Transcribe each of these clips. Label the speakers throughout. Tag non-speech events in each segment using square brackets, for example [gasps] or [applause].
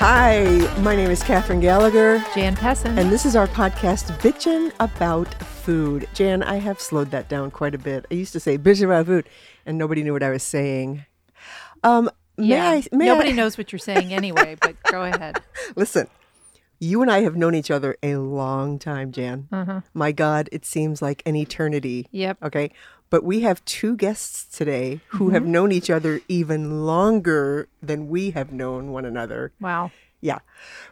Speaker 1: Hi, my name is Katherine Gallagher,
Speaker 2: Jan Pessin.
Speaker 1: and this is our podcast, Bitchin' About Food. Jan, I have slowed that down quite a bit. I used to say Bitchin' About Food, and nobody knew what I was saying. Um, may
Speaker 2: yeah.
Speaker 1: I, may
Speaker 2: Nobody
Speaker 1: I-
Speaker 2: knows what you're saying anyway, but go ahead.
Speaker 1: Listen, you and I have known each other a long time, Jan. My God, it seems like an eternity.
Speaker 2: Uh-huh. Yep.
Speaker 1: Okay. But we have two guests today who have
Speaker 2: Mm-hmm.
Speaker 1: known each other even longer than we have known one another.
Speaker 2: Wow.
Speaker 1: Yeah.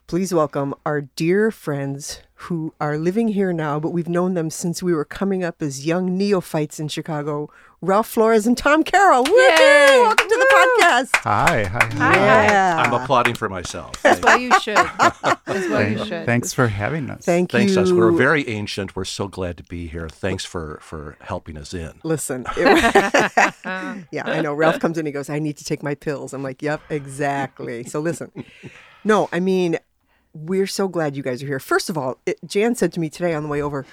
Speaker 1: Please welcome our dear friends who are living here now, but we've known them since we were coming up as young neophytes in Chicago Ralph Flores and Tom Carroll. Woo!
Speaker 2: Yay!
Speaker 1: Welcome to the podcast.
Speaker 3: Hi. Hi.
Speaker 2: Hi.
Speaker 1: Yeah.
Speaker 4: I'm applauding for myself.
Speaker 2: That's why you should. That's why you
Speaker 3: Thank-
Speaker 2: should.
Speaker 3: Thanks for having us.
Speaker 1: Thank you.
Speaker 4: Thanks, us. We're very ancient. We're so glad to be here. Thanks for for helping us in.
Speaker 1: Listen, it- [laughs] yeah, I know. Ralph comes in, he goes, I need to take my pills. I'm like, yep, exactly. So listen, no, I mean, we're so glad you guys are here. First of all, it, Jan said to me today on the way over,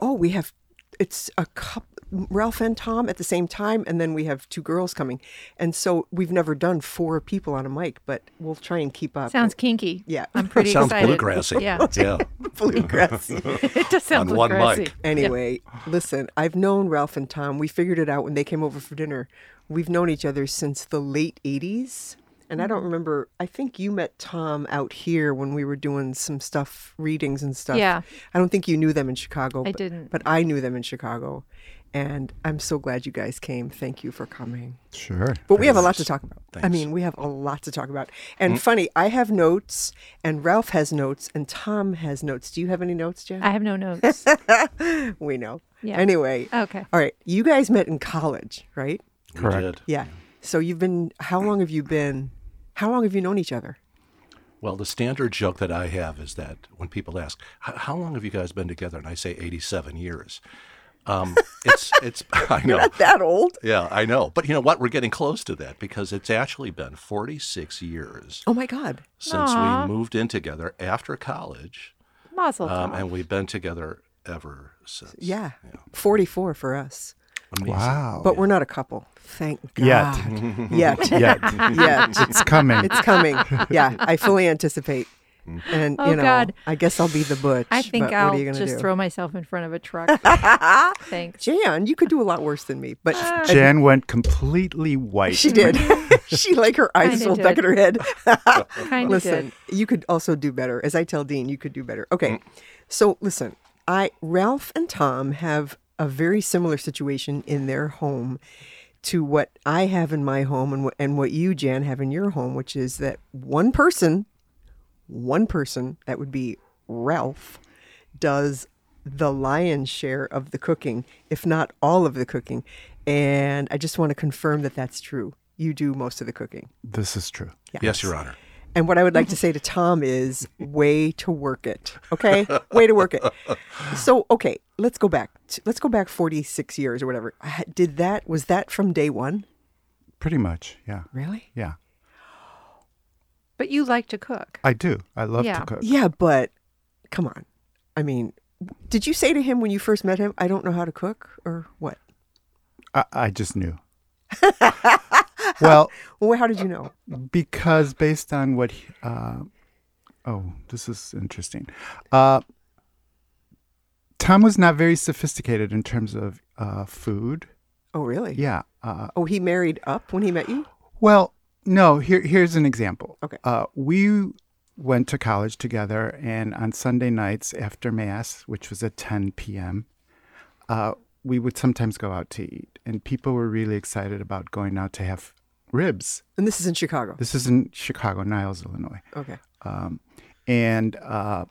Speaker 1: oh, we have, it's a cup, Ralph and Tom at the same time, and then we have two girls coming. And so we've never done four people on a mic, but we'll try and keep [laughs] up.
Speaker 2: Sounds kinky.
Speaker 1: Yeah.
Speaker 2: I'm pretty
Speaker 4: Sounds
Speaker 2: excited.
Speaker 4: bluegrassy.
Speaker 2: Yeah. [laughs]
Speaker 4: Yeah.
Speaker 1: bluegrass.
Speaker 2: It does sound
Speaker 4: On one
Speaker 2: bluegrassy.
Speaker 4: mic.
Speaker 1: Anyway, listen, I've known Ralph and Tom. We figured it out when they came over for dinner. We've known each other since the late 80s. And I
Speaker 2: Mm-hmm.
Speaker 1: don't remember, I think you met Tom out here when we were doing some stuff, readings and stuff.
Speaker 2: Yeah.
Speaker 1: I don't think you knew them in Chicago.
Speaker 2: I
Speaker 1: but,
Speaker 2: didn't.
Speaker 1: But I knew them in Chicago. And I'm so glad you guys came. Thank you for coming.
Speaker 3: Sure.
Speaker 1: But we have a lot to talk about. I
Speaker 4: Thanks.
Speaker 1: mean, we have a lot to talk about. And funny, I have notes, and Ralph has notes, and Tom has notes. Do you have any notes, Jen?
Speaker 2: I have
Speaker 1: [laughs]
Speaker 2: no notes.
Speaker 1: we know.
Speaker 2: Ah. Yeah.
Speaker 1: Anyway.
Speaker 2: Okay.
Speaker 1: All right. You guys met in college, right?
Speaker 4: We
Speaker 3: Correct.
Speaker 4: did.
Speaker 1: Yeah. So you've been, how long have you been, how long have you known each other?
Speaker 4: Well, the standard joke that I have is that when people ask, "H- "How long have you guys been together?" and I say 87 years. Um, it's it's [laughs] I know.
Speaker 1: [laughs] That old?
Speaker 4: Yeah, I know. But you know what? We're getting close to that because it's actually been 46 years
Speaker 1: Oh my God.
Speaker 4: since
Speaker 2: Aw. Oh,
Speaker 4: we moved in together after college,
Speaker 2: Mazel
Speaker 4: um,
Speaker 2: tov.
Speaker 4: and we've been together ever since.
Speaker 1: Yeah. Oh, 44 for us.
Speaker 4: Amazing.
Speaker 3: Wow.
Speaker 1: But we're not a couple. Thank
Speaker 3: Yet.
Speaker 1: God. Yet. [laughs] Yet.
Speaker 3: Yet.
Speaker 1: Yet.
Speaker 3: it's coming.
Speaker 1: [laughs] It's coming. Yeah. I fully anticipate. And,
Speaker 2: Oh,
Speaker 1: you know,
Speaker 2: God.
Speaker 1: I guess I'll be the butch.
Speaker 2: I think
Speaker 1: but
Speaker 2: I'll
Speaker 1: what are you gonna
Speaker 2: just
Speaker 1: do?
Speaker 2: throw myself in front of
Speaker 1: [laughs]
Speaker 2: a truck. Thanks.
Speaker 1: Jan, you could do a lot worse than me, but
Speaker 2: Uh,
Speaker 3: Jan went completely white.
Speaker 1: she
Speaker 2: [laughs]
Speaker 1: did. [laughs] she, like, her eyes
Speaker 2: Kinda
Speaker 1: rolled back in
Speaker 2: did.
Speaker 1: her head. [laughs]
Speaker 2: Kind of
Speaker 1: listen,
Speaker 2: did.
Speaker 1: you could also do better. As I tell Dean, you could do better. Okay. So listen, I Ralph and Tom have a very similar situation in their home to what I have in my home and what and what you, Jan, have in your home, which is that one person, one person, that would be Ralph, does the lion's share of the cooking, if not all of the cooking. And I just want to confirm that that's true. You do most of the cooking.
Speaker 3: This is true.
Speaker 4: Yes, Your Honor.
Speaker 1: And what I would like to say to Tom is way to work it. Okay? Way to work it. So, okay, let's go back. t- Let's go back 46 years or whatever. Ha- Did that was that from day 1?
Speaker 3: Pretty much. Yeah.
Speaker 1: Really?
Speaker 3: Yeah.
Speaker 2: But you like to cook.
Speaker 3: I do. I love
Speaker 2: Yeah.
Speaker 3: to cook.
Speaker 1: Yeah, but come on. I mean, did you say to him when you first met him, I don't know how to cook or what?
Speaker 3: I, I just
Speaker 1: [laughs]
Speaker 3: knew. well,
Speaker 1: Well, how did you know?
Speaker 3: because based on what he- uh, oh this is interesting uh, tom was not very sophisticated in terms of uh, food
Speaker 1: Oh, really?
Speaker 3: yeah uh,
Speaker 1: Oh, he married up when he met you?
Speaker 3: well no here, here's an example
Speaker 1: Okay.
Speaker 3: uh, we went to college together and on sunday nights after mass which was at 10 p.m uh, we would sometimes go out to eat and people were really excited about going out to have ribs
Speaker 1: And this is in Chicago.
Speaker 3: this is in chicago niles illinois
Speaker 1: Okay.
Speaker 3: um, and uh,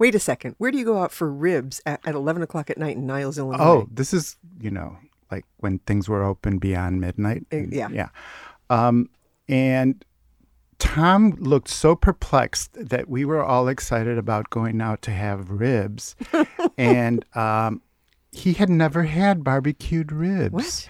Speaker 1: Wait a second. Where do you go out for ribs at, at 11 o'clock at night in Niles, Illinois?
Speaker 3: oh, this is you know like when things were open beyond midnight. Mm,
Speaker 1: Eh, yeah.
Speaker 3: yeah. Um, and Tom looked so perplexed that we were all excited about going out to
Speaker 1: [laughs]
Speaker 3: have ribs, and um, he had never had barbecued ribs.
Speaker 1: What?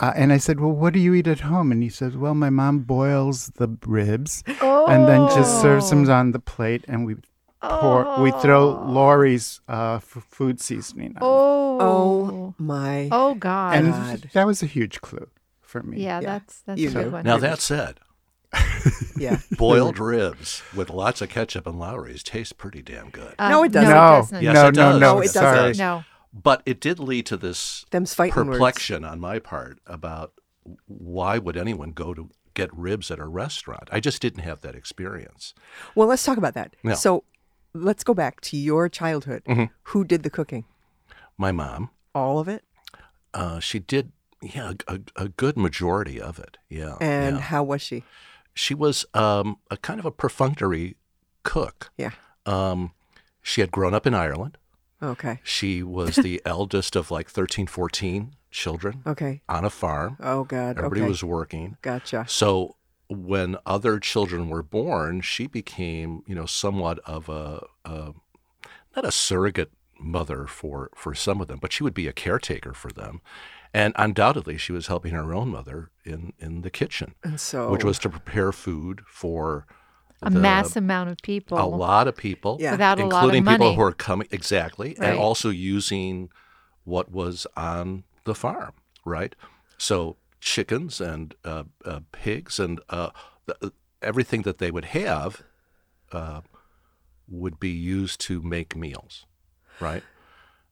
Speaker 3: Uh, and I said, "Well, what do you eat at home?" And he says, "Well, my mom boils the ribs
Speaker 2: Oh.
Speaker 3: and then just serves
Speaker 1: Oh.
Speaker 3: them on the plate, and we pour, we throw Lori's uh, f- food seasoning on." it."
Speaker 2: Oh.
Speaker 1: Um, Oh my.
Speaker 2: Oh God.
Speaker 3: and
Speaker 1: God.
Speaker 3: that was a huge clue for me.
Speaker 2: yeah,
Speaker 1: yeah.
Speaker 2: that's that's
Speaker 1: You
Speaker 2: a
Speaker 1: know.
Speaker 2: good
Speaker 1: [laughs]
Speaker 2: one.
Speaker 4: Now that said,
Speaker 1: Yeah.
Speaker 4: Boiled ribs with lots of ketchup and Lowry's taste pretty damn good.
Speaker 2: Um,
Speaker 1: No, it doesn't.
Speaker 3: no,
Speaker 2: doesn't.
Speaker 4: Yes,
Speaker 3: no,
Speaker 4: it
Speaker 3: no,
Speaker 4: does.
Speaker 3: no,
Speaker 1: No, Oh, it
Speaker 3: sorry.
Speaker 1: doesn't.
Speaker 2: No.
Speaker 4: But it did lead to this
Speaker 1: Them's fighting words.
Speaker 4: perplexion on my part about why would anyone go to get ribs at a restaurant? I just didn't have that experience.
Speaker 1: Well, let's talk about that.
Speaker 4: Yeah. Mm-hmm.
Speaker 1: So let's go back to your childhood. Who did the cooking?
Speaker 4: My mom,
Speaker 1: All of it?
Speaker 4: uh, she did, yeah, a, a- a good majority of it. Yeah,
Speaker 1: And
Speaker 4: Oh, yeah.
Speaker 1: how was she?
Speaker 4: she was um, a kind of a perfunctory cook.
Speaker 1: Yeah.
Speaker 4: Um, she had grown up in Ireland.
Speaker 1: Okay. [laughs]
Speaker 4: She was the eldest of like 13, 14 children
Speaker 1: Okay.
Speaker 4: on a farm.
Speaker 1: Oh, God.
Speaker 4: Everybody
Speaker 1: okay.
Speaker 4: was working.
Speaker 1: Gotcha.
Speaker 4: So when other children were born, she became, you know, somewhat of a, a not a surrogate mother for for some of them, but she would be a caretaker for them. And undoubtedly, she was helping her own mother in in the kitchen,
Speaker 1: And so.
Speaker 4: which was to prepare food for
Speaker 2: A
Speaker 4: the-
Speaker 2: mass amount of people.
Speaker 4: a lot of people,
Speaker 1: Yeah.
Speaker 2: Without a lot of
Speaker 4: including people
Speaker 2: money.
Speaker 4: who are coming exactly,
Speaker 2: Right.
Speaker 4: and also using what was on the farm, right? So chickens and uh, uh, pigs and uh, th- everything that they would have uh, would be used to make meals, right?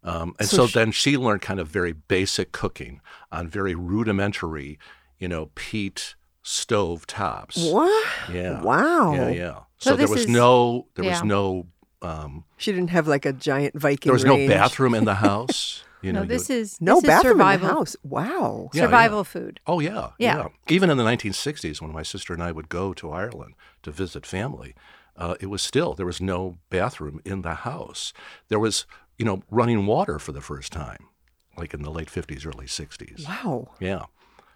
Speaker 4: Um, and so,
Speaker 1: So
Speaker 4: then she learned kind of very basic cooking on very rudimentary, you know, peat stove tops.
Speaker 1: What?
Speaker 4: Yeah.
Speaker 1: Wow.
Speaker 4: Yeah, yeah.
Speaker 2: So
Speaker 4: So, there
Speaker 2: this
Speaker 4: was
Speaker 2: is-
Speaker 4: no, there
Speaker 2: yeah.
Speaker 4: was no, um,
Speaker 1: She didn't have like a giant Viking.
Speaker 4: there was no
Speaker 1: range.
Speaker 4: bathroom in the
Speaker 2: [laughs]
Speaker 4: house. You know,
Speaker 2: no, this
Speaker 4: you,
Speaker 2: is
Speaker 1: No
Speaker 2: this is
Speaker 1: bathroom in
Speaker 2: survival
Speaker 1: the house. Wow.
Speaker 4: Yeah, yeah.
Speaker 2: survival food.
Speaker 4: Oh yeah,
Speaker 2: Yeah.
Speaker 4: yeah, Even in the 1960s, when my sister and I would go to Ireland to visit family, uh, it was still there was no bathroom in the house. There was, you know, running water for the first time, like in the late 50s, early 60s.
Speaker 1: Wow.
Speaker 4: Yeah.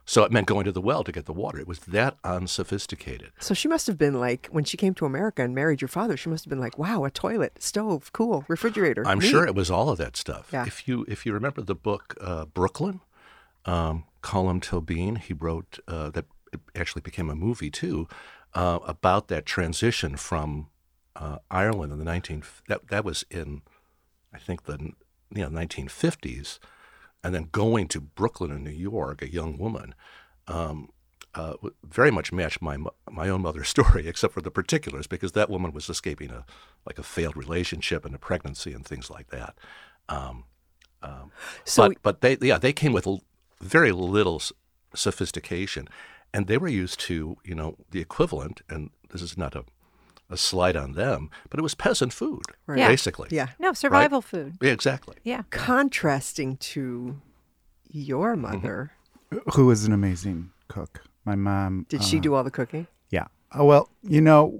Speaker 4: So it meant going to the well to get the water. It was that unsophisticated.
Speaker 1: So she must have been like when she came to America and married your father. She must have been like, wow, a toilet, stove, cool, refrigerator.
Speaker 4: I'm
Speaker 1: neat.
Speaker 4: sure it was all of that stuff.
Speaker 1: Yeah.
Speaker 4: If you if you remember the book uh, Brooklyn, um, Colum Tilbean, he wrote uh, that it actually became a movie too uh, about that transition from uh, Ireland in the 19 that that was in I think the you know 1950s, and then going to Brooklyn in New York, a young woman. Um, uh, w- very much matched my mo- my own mother's [laughs] story, except for the particulars, because that woman was escaping a like a failed relationship and a pregnancy and things like that. Um,
Speaker 1: So
Speaker 4: but but they yeah they came with l- very little s- sophistication, and they were used to you know the equivalent, and this is not a a slight on them, but it was peasant food
Speaker 1: Right.
Speaker 2: Yeah.
Speaker 4: basically.
Speaker 1: yeah,
Speaker 2: No survival food.
Speaker 4: Yeah, exactly.
Speaker 2: Yeah.
Speaker 1: contrasting to your
Speaker 3: Mm-hmm.
Speaker 1: mother,
Speaker 3: Who was an amazing cook? My mom.
Speaker 1: did
Speaker 3: uh,
Speaker 1: she do all the cooking?
Speaker 3: Yeah. Oh, well, you know,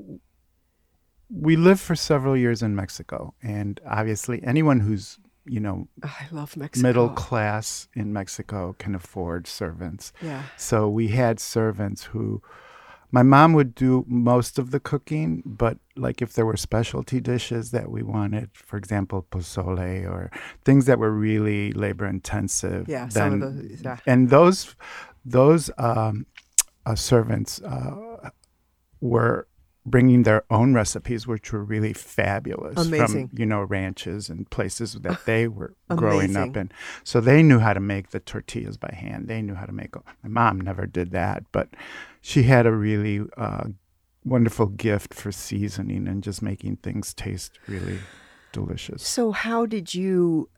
Speaker 3: we lived for several years in Mexico, and obviously, anyone who's you know
Speaker 1: Oh, I love Mexico.
Speaker 3: middle class in Mexico can afford servants.
Speaker 1: Yeah.
Speaker 3: So we had servants who my mom would do most of the cooking, but like if there were specialty dishes that we wanted, for example, pozole or things that were really labor intensive.
Speaker 1: Yeah, some of
Speaker 3: then-
Speaker 1: those, yeah.
Speaker 3: And those those um, uh, servants uh, were bringing their own recipes, which were really fabulous
Speaker 1: Amazing.
Speaker 3: from you know ranches and places that they were growing up
Speaker 1: Amazing.
Speaker 3: in. So they knew how to make the tortillas by hand. They knew how to make. My mom never did that, but she had a really uh, wonderful gift for seasoning and just making things taste really delicious.
Speaker 1: So how did you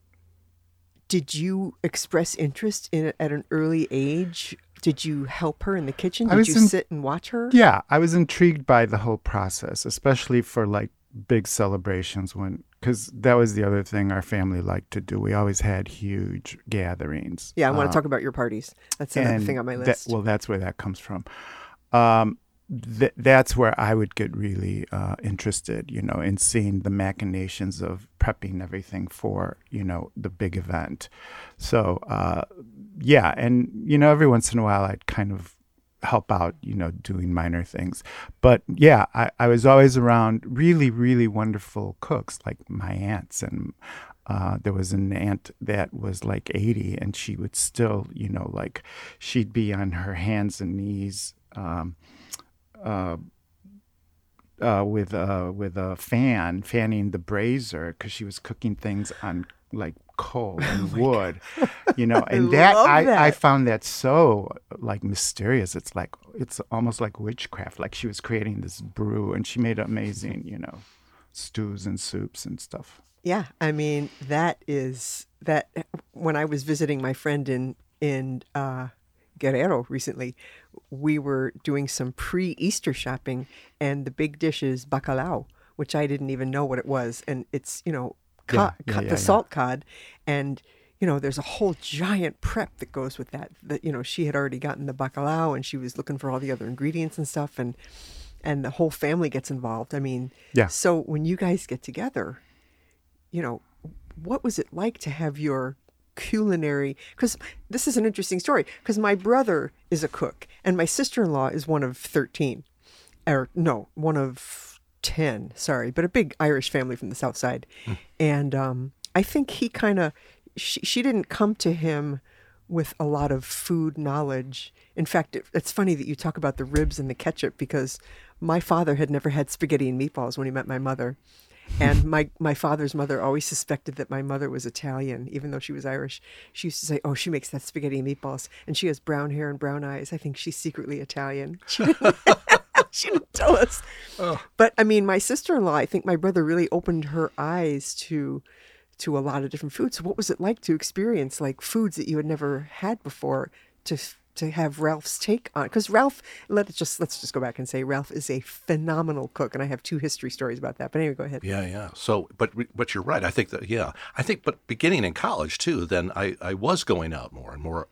Speaker 1: did you express interest in it at an early age? Did you help her in the kitchen?
Speaker 3: I
Speaker 1: Did
Speaker 3: was
Speaker 1: you
Speaker 3: in-
Speaker 1: sit and watch her?
Speaker 3: Yeah, I was intrigued by the whole process, especially for like big celebrations when because that was the other thing our family liked to do. We always had huge gatherings.
Speaker 1: Yeah, I
Speaker 3: Uh,
Speaker 1: want to talk about your parties. That's another
Speaker 3: and
Speaker 1: thing on my
Speaker 3: that-
Speaker 1: list.
Speaker 3: well, that's where that comes from. Um, th- that's where I would get really uh, interested, you know, in seeing the machinations of prepping everything for, you know, the big event. So, uh, yeah, and you know, every once in a while, I'd kind of help out, you know, doing minor things. But yeah, I, I was always around really, really wonderful cooks like my aunts. And uh, there was an aunt that was like 80 and she would still, you know, like she'd be on her hands and knees. Um, uh, uh, with uh, with a fan fanning the brazier because she was cooking things on like
Speaker 1: [laughs]
Speaker 3: coal
Speaker 1: Oh
Speaker 3: and wood, you know. And that,
Speaker 1: love
Speaker 3: I, I
Speaker 1: that.
Speaker 3: found that so like mysterious. It's like it's almost like witchcraft. Like she was creating this brew, and she made amazing, you know, stews and soups and stuff.
Speaker 1: Yeah, I mean that is that. When I was visiting my friend in in uh, Guerrero recently, we were doing some pre Easter shopping, and the big dish is bacalao, which I didn't even know what it was, and it's you know cod,
Speaker 3: yeah,
Speaker 1: cod-
Speaker 3: yeah,
Speaker 1: the
Speaker 3: yeah.
Speaker 1: salt cod, and you know there's a whole giant prep that goes with that. That you know she had already gotten the bacalao, and she was looking for all the other ingredients and stuff, and and the whole family gets involved. I mean,
Speaker 3: Yeah.
Speaker 1: So when you guys get together you know, what was it like to have your culinary? Because this is an interesting story. Because my brother is a cook, and my sister in law is one of 13, or no, one of 10, sorry, but a big Irish family from the South Side. And um, I think he kind of, she, she didn't come to him with a lot of food knowledge. In fact, it, it's funny that you talk about the ribs and the ketchup because my father had never had spaghetti and meatballs when he met my mother. And my, my father's mother always suspected that my mother was Italian, even though she was Irish. She used to say, Oh, she makes that spaghetti and meatballs, and she has brown hair and brown eyes. I think she's secretly Italian. She didn't, [laughs] she didn't tell us. But I mean, my sister in law, I think my brother really opened her eyes to to a lot of different foods. So what was it like to experience like foods that you had never had before to to have Ralph's take on because Ralph let us just let's just go back and say Ralph is a phenomenal cook and I have two history stories about that. But anyway, go ahead.
Speaker 4: Yeah, yeah. So, but we- but you're right. I think that yeah, I think. But beginning in college too, then I I was going out more and more.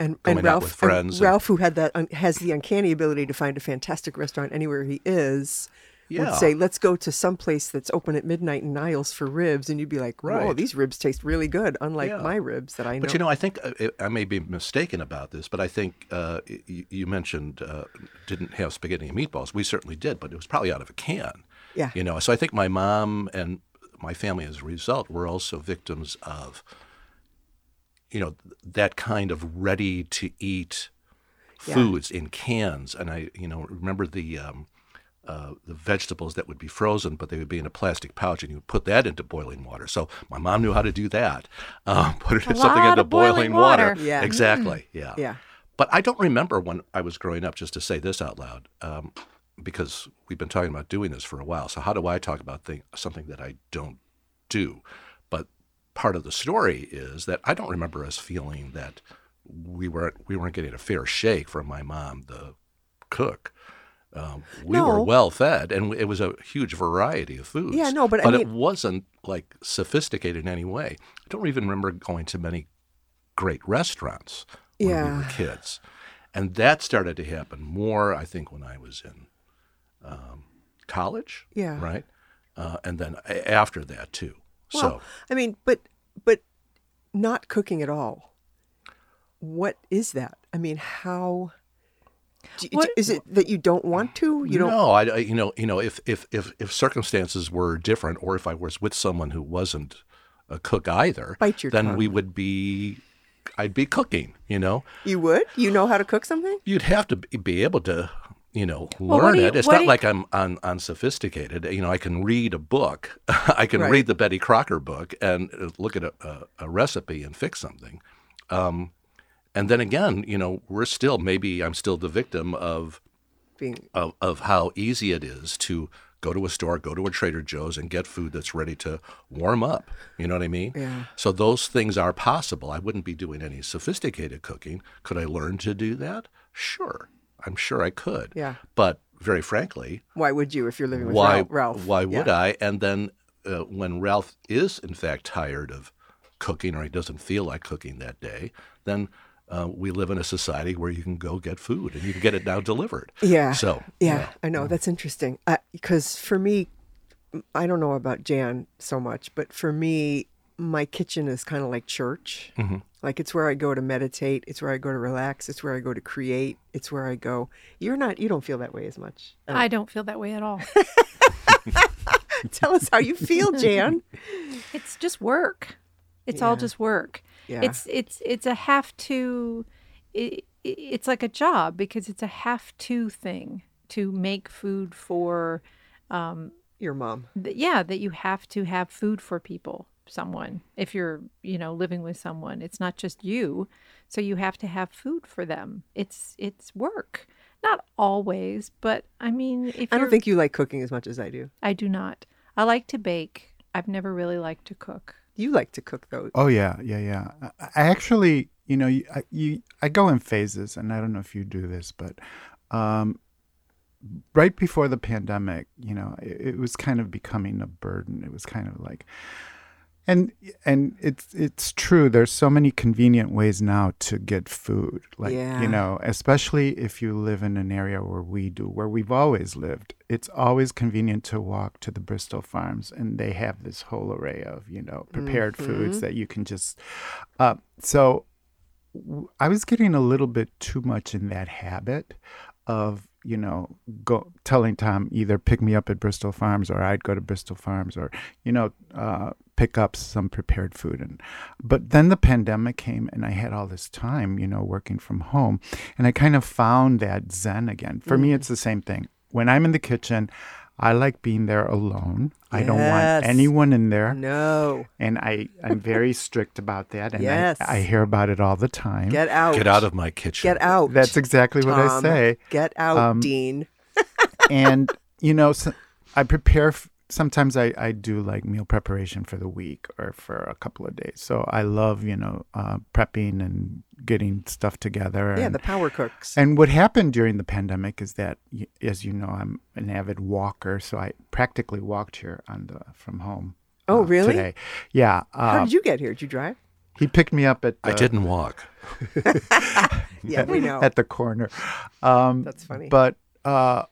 Speaker 1: and,
Speaker 4: going
Speaker 1: and
Speaker 4: out
Speaker 1: Ralph,
Speaker 4: with
Speaker 1: and
Speaker 4: friends and-
Speaker 1: Ralph, who had that un- has the uncanny ability to find a fantastic restaurant anywhere he is,
Speaker 4: Yeah.
Speaker 1: would say, "Let's go to some place that's open at midnight in Niles for ribs," and you'd be like, "Whoa,
Speaker 4: Right.
Speaker 1: these ribs taste really good, unlike
Speaker 4: Yeah.
Speaker 1: my ribs that I know."
Speaker 4: But you know, I think uh, I I may be mistaken about this, but I think uh, you, you mentioned uh, didn't have spaghetti and meatballs. We certainly did, but it was probably out of a can.
Speaker 1: Yeah.
Speaker 4: You know, so I think my mom and my family, as a result, were also victims of, you know, that kind of ready to eat
Speaker 1: Yeah.
Speaker 4: foods in cans. And I, you know, remember the. Um, uh, the vegetables that would be frozen, but they would be in a plastic pouch, and you would put that into boiling water. So my mom knew how to do that. [laughs] Um, put it
Speaker 2: A
Speaker 4: something
Speaker 2: lot
Speaker 4: into
Speaker 2: of boiling water. Mm.
Speaker 1: Yeah.
Speaker 4: exactly. Yeah,
Speaker 1: Yeah.
Speaker 4: But I don't remember when I was growing up. Just to say this out loud, um, because we've been talking about doing this for a while. So how do I talk about thing, something that I don't do? But part of the story is that I don't remember us feeling that we weren't we weren't getting a fair shake from my mom, the cook. Um, we were
Speaker 1: No.
Speaker 4: well fed, and it was a huge variety of foods.
Speaker 1: Yeah, no, but I
Speaker 4: it
Speaker 1: mean-
Speaker 4: wasn't like sophisticated in any way. I don't even remember going to many great restaurants when we were
Speaker 1: Yeah.
Speaker 4: kids, and that started to happen more. I think when I was in um, college,
Speaker 1: Yeah.
Speaker 4: right, uh, and then a- after that too. so
Speaker 1: well, I mean, but but not cooking at all. What is that? I mean, how do,
Speaker 2: What-
Speaker 1: is it that you don't want to? You don't.
Speaker 4: No, I, I- you know, you know, if, if if if circumstances were different, or if I was with someone who wasn't a cook either,
Speaker 1: Bite your
Speaker 4: then
Speaker 1: tongue.
Speaker 4: we would be, I'd be cooking. You know,
Speaker 1: You would. You know how to cook something.
Speaker 4: you'd have to be be able to, you know,
Speaker 2: Well, what
Speaker 4: learn
Speaker 2: do you-
Speaker 4: it. It's
Speaker 2: what
Speaker 4: not
Speaker 2: do you-
Speaker 4: like I'm un, unsophisticated. You know, I can read a book. [laughs] I can
Speaker 1: Right.
Speaker 4: read the Betty Crocker book and uh, look at a, a, a recipe and fix something. Um, and then again, you know, we're still maybe I'm still the victim of
Speaker 1: Being
Speaker 4: of, of how easy it is to go to a store, go to a Trader Joe's, and get food that's ready to warm up. You know what I mean?
Speaker 1: Yeah.
Speaker 4: So those things are possible. I wouldn't be doing any sophisticated cooking. Could I learn to do that? Sure. I'm sure I could.
Speaker 1: Yeah.
Speaker 4: But very frankly,
Speaker 1: why would you if you're living with
Speaker 4: why
Speaker 1: Ralph- Ralph?
Speaker 4: why would I? And then uh, when Ralph is in fact tired of cooking or he doesn't feel like cooking that day, then uh, we live in a society where you can go get food and you can get it now delivered.
Speaker 1: Yeah.
Speaker 4: So
Speaker 1: Yeah, I know. That's interesting. Because for me, I don't know about Jan so much, but for me, my kitchen is kind of like church.
Speaker 3: Mm-hmm.
Speaker 1: Like it's where I go to meditate. It's where I go to relax. It's where I go to create. It's where I go. You're not. You don't feel that way as much. Uh,
Speaker 3: [laughs]
Speaker 2: I don't feel that way
Speaker 1: [laughs]
Speaker 2: at all.
Speaker 1: Tell us how you feel, Jan.
Speaker 2: it's just work. It's all just work.
Speaker 1: Yeah.
Speaker 2: It's it's it's a have to. It, it's like a job because it's a have to thing to make food for.
Speaker 1: Your mom.
Speaker 2: th- Yeah, that you have to have food for people someone if you're you know living with someone it's not just you so you have to have food for them it's it's work not always but i mean if
Speaker 1: I don't
Speaker 2: you're-
Speaker 1: think you like cooking as much as I do.
Speaker 2: i do not i like to bake i've never really liked to cook
Speaker 1: You like to cook though.
Speaker 3: Oh yeah, yeah, yeah. I I actually, you know, you I, you, I go in phases, and I don't know if you do this, but um, right before the pandemic, you know, it, it was kind of becoming a burden. It was kind of like, and and it's it's true. There's so many convenient ways now to get food, like
Speaker 1: Yeah.
Speaker 3: you know, especially if you live in an area where we do, where we've always lived. It's always convenient to walk to the Bristol farms, and they have this whole array of you know prepared foods that you can just. Uh, so w- I was getting a little bit too much in that habit of you know go telling Tom either pick me up at Bristol Farms or I'd go to Bristol Farms or you know uh, pick up some prepared food and but then the pandemic came and I had all this time you know working from home and I kind of found that zen again for me
Speaker 1: Mm.
Speaker 3: it's the same thing when I'm in the kitchen I like being there alone I don't
Speaker 1: Yes.
Speaker 3: want anyone in there
Speaker 1: No,
Speaker 3: and I I'm very strict about that and
Speaker 1: Yes.
Speaker 3: I, I hear about it all the time
Speaker 1: get out.
Speaker 4: Get out of my kitchen.
Speaker 3: [laughs]
Speaker 1: Get out.
Speaker 3: that's exactly what I
Speaker 1: Tom.
Speaker 3: say
Speaker 1: Get out,
Speaker 3: Um,
Speaker 1: Dean. [laughs]
Speaker 3: and you know so i prepare f- sometimes I, I do like meal preparation for the week or for a couple of days so i love you know uh, prepping and getting stuff together
Speaker 1: Yeah,
Speaker 3: and,
Speaker 1: the power cooks.
Speaker 3: and what happened during the pandemic is that y- as you know i'm an avid walker so i practically walked here on the from home
Speaker 1: Oh,
Speaker 3: uh,
Speaker 1: really?
Speaker 3: today yeah
Speaker 1: How
Speaker 3: uh,
Speaker 1: did you get here? Did you drive?
Speaker 3: he picked me up at the,
Speaker 4: I didn't walk.
Speaker 1: Yeah, [laughs] we know.
Speaker 3: [laughs] at the corner um,
Speaker 1: That's funny.
Speaker 3: But uh,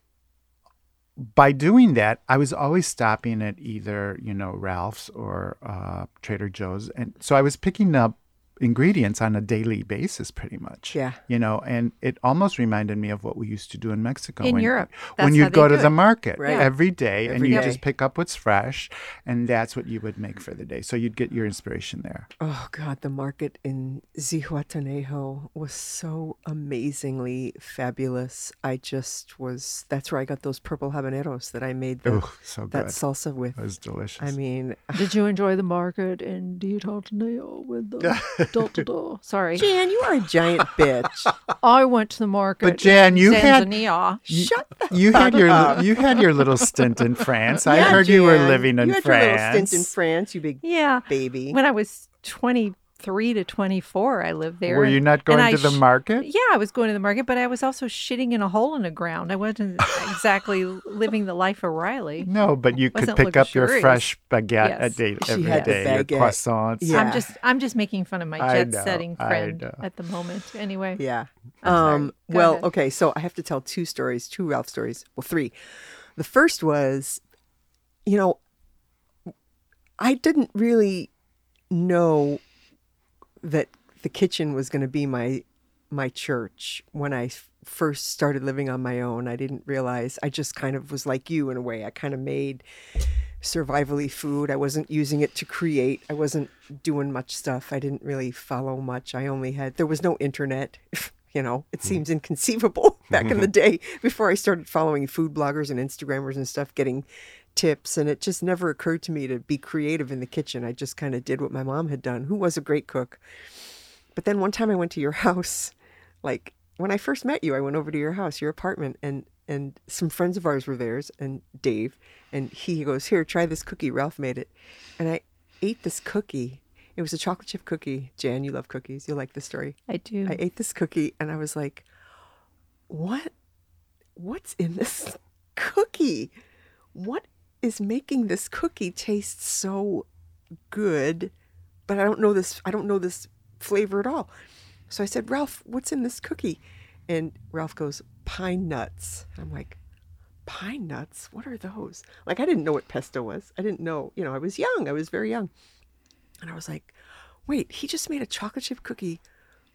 Speaker 3: by doing that, I was always stopping at either you know Ralph's or uh, Trader Joe's, and so I was picking up ingredients on a daily basis, pretty much.
Speaker 1: Yeah.
Speaker 3: You know, and it almost reminded me of what we used to do in Mexico
Speaker 2: In Europe.
Speaker 3: when
Speaker 2: That's how
Speaker 3: you'd go
Speaker 2: they
Speaker 3: to
Speaker 2: do
Speaker 3: the
Speaker 2: it.
Speaker 3: market
Speaker 1: Right.
Speaker 3: every day, and
Speaker 1: Every
Speaker 3: you
Speaker 1: day.
Speaker 3: just pick up what's fresh, and that's what you would make for the day. So you'd get your inspiration there.
Speaker 1: Oh God, the market in Zihuatanejo was so amazingly fabulous. I just was. That's where I got those purple habaneros that I made the,
Speaker 3: Oh, so
Speaker 1: that
Speaker 3: good.
Speaker 1: salsa with.
Speaker 3: That was delicious.
Speaker 1: I mean,
Speaker 2: did you enjoy the market in Diatoneo
Speaker 1: [laughs]
Speaker 2: with the Delta Door? Sorry,
Speaker 1: Jan, you are a giant [laughs] bitch.
Speaker 2: I went to the market.
Speaker 3: But Jan, you
Speaker 2: in
Speaker 3: had-
Speaker 2: Tanzania.
Speaker 1: Shut the
Speaker 3: You had your you had your little stint in France. I
Speaker 1: Yeah,
Speaker 3: heard you were
Speaker 1: Jan.
Speaker 3: living in
Speaker 1: you had Your
Speaker 3: France.
Speaker 1: little stint in France, you big
Speaker 2: Yeah,
Speaker 1: baby.
Speaker 2: when I was 23 to 24, I lived there.
Speaker 3: Were
Speaker 2: and-
Speaker 3: you not
Speaker 2: and
Speaker 3: going
Speaker 2: I
Speaker 3: to the
Speaker 2: sh-
Speaker 3: market?
Speaker 2: Yeah, I was going to the market, but I was also shitting in a hole in the ground. I
Speaker 3: [laughs]
Speaker 2: wasn't exactly living the life of Riley.
Speaker 3: No, but you could
Speaker 2: Wasn't
Speaker 3: pick up your
Speaker 2: luxurious.
Speaker 3: fresh baguette a
Speaker 2: Yes.
Speaker 3: day,
Speaker 1: She
Speaker 3: every
Speaker 1: had the
Speaker 3: day, your
Speaker 1: baguette.
Speaker 3: croissants.
Speaker 1: Yeah.
Speaker 2: I'm just I'm just making fun of my
Speaker 3: I
Speaker 2: jet
Speaker 3: know,
Speaker 2: setting
Speaker 3: I
Speaker 2: friend
Speaker 3: know.
Speaker 2: at the moment. Anyway,
Speaker 1: Yeah.
Speaker 2: sorry.
Speaker 1: Um,
Speaker 2: Go
Speaker 1: well,
Speaker 2: ahead.
Speaker 1: okay. So I have to tell two stories, two Ralph stories. Well, three. The first was, you know, I didn't really know that the kitchen was going to be my my church when I f- first started living on my own. I didn't realize. I just kind of was like you in a way. I kind of made survivally food. I wasn't using it to create. I wasn't doing much stuff. I didn't really follow much. I only had there was no internet. [laughs] You know, it seems inconceivable [laughs] back in the day before I started following food bloggers and Instagrammers and stuff, getting tips. And it just never occurred to me to be creative in the kitchen. I just kind of did what my mom had done, who was a great cook. But then one time I went to your [laughs] house, like when I first met you, I went over to your house, your apartment, and and some friends of ours were theirs, and Dave, and he goes, "Here, try this cookie. Ralph made it," and I ate this cookie. It was a chocolate chip cookie. Jan, you love cookies. You'll like this story.
Speaker 2: I do.
Speaker 1: I ate this cookie, and I was like, "What? What's in this [laughs] cookie? What is making this cookie taste so good, but I don't know this. I don't know this flavor at all. So I said, Ralph, what's in this cookie? And Ralph goes, pine nuts. I'm like, pine nuts? What are those? Like, I didn't know what pesto was. I didn't know. You know, I was young. I was very young, and I was like, wait, he just made a chocolate chip cookie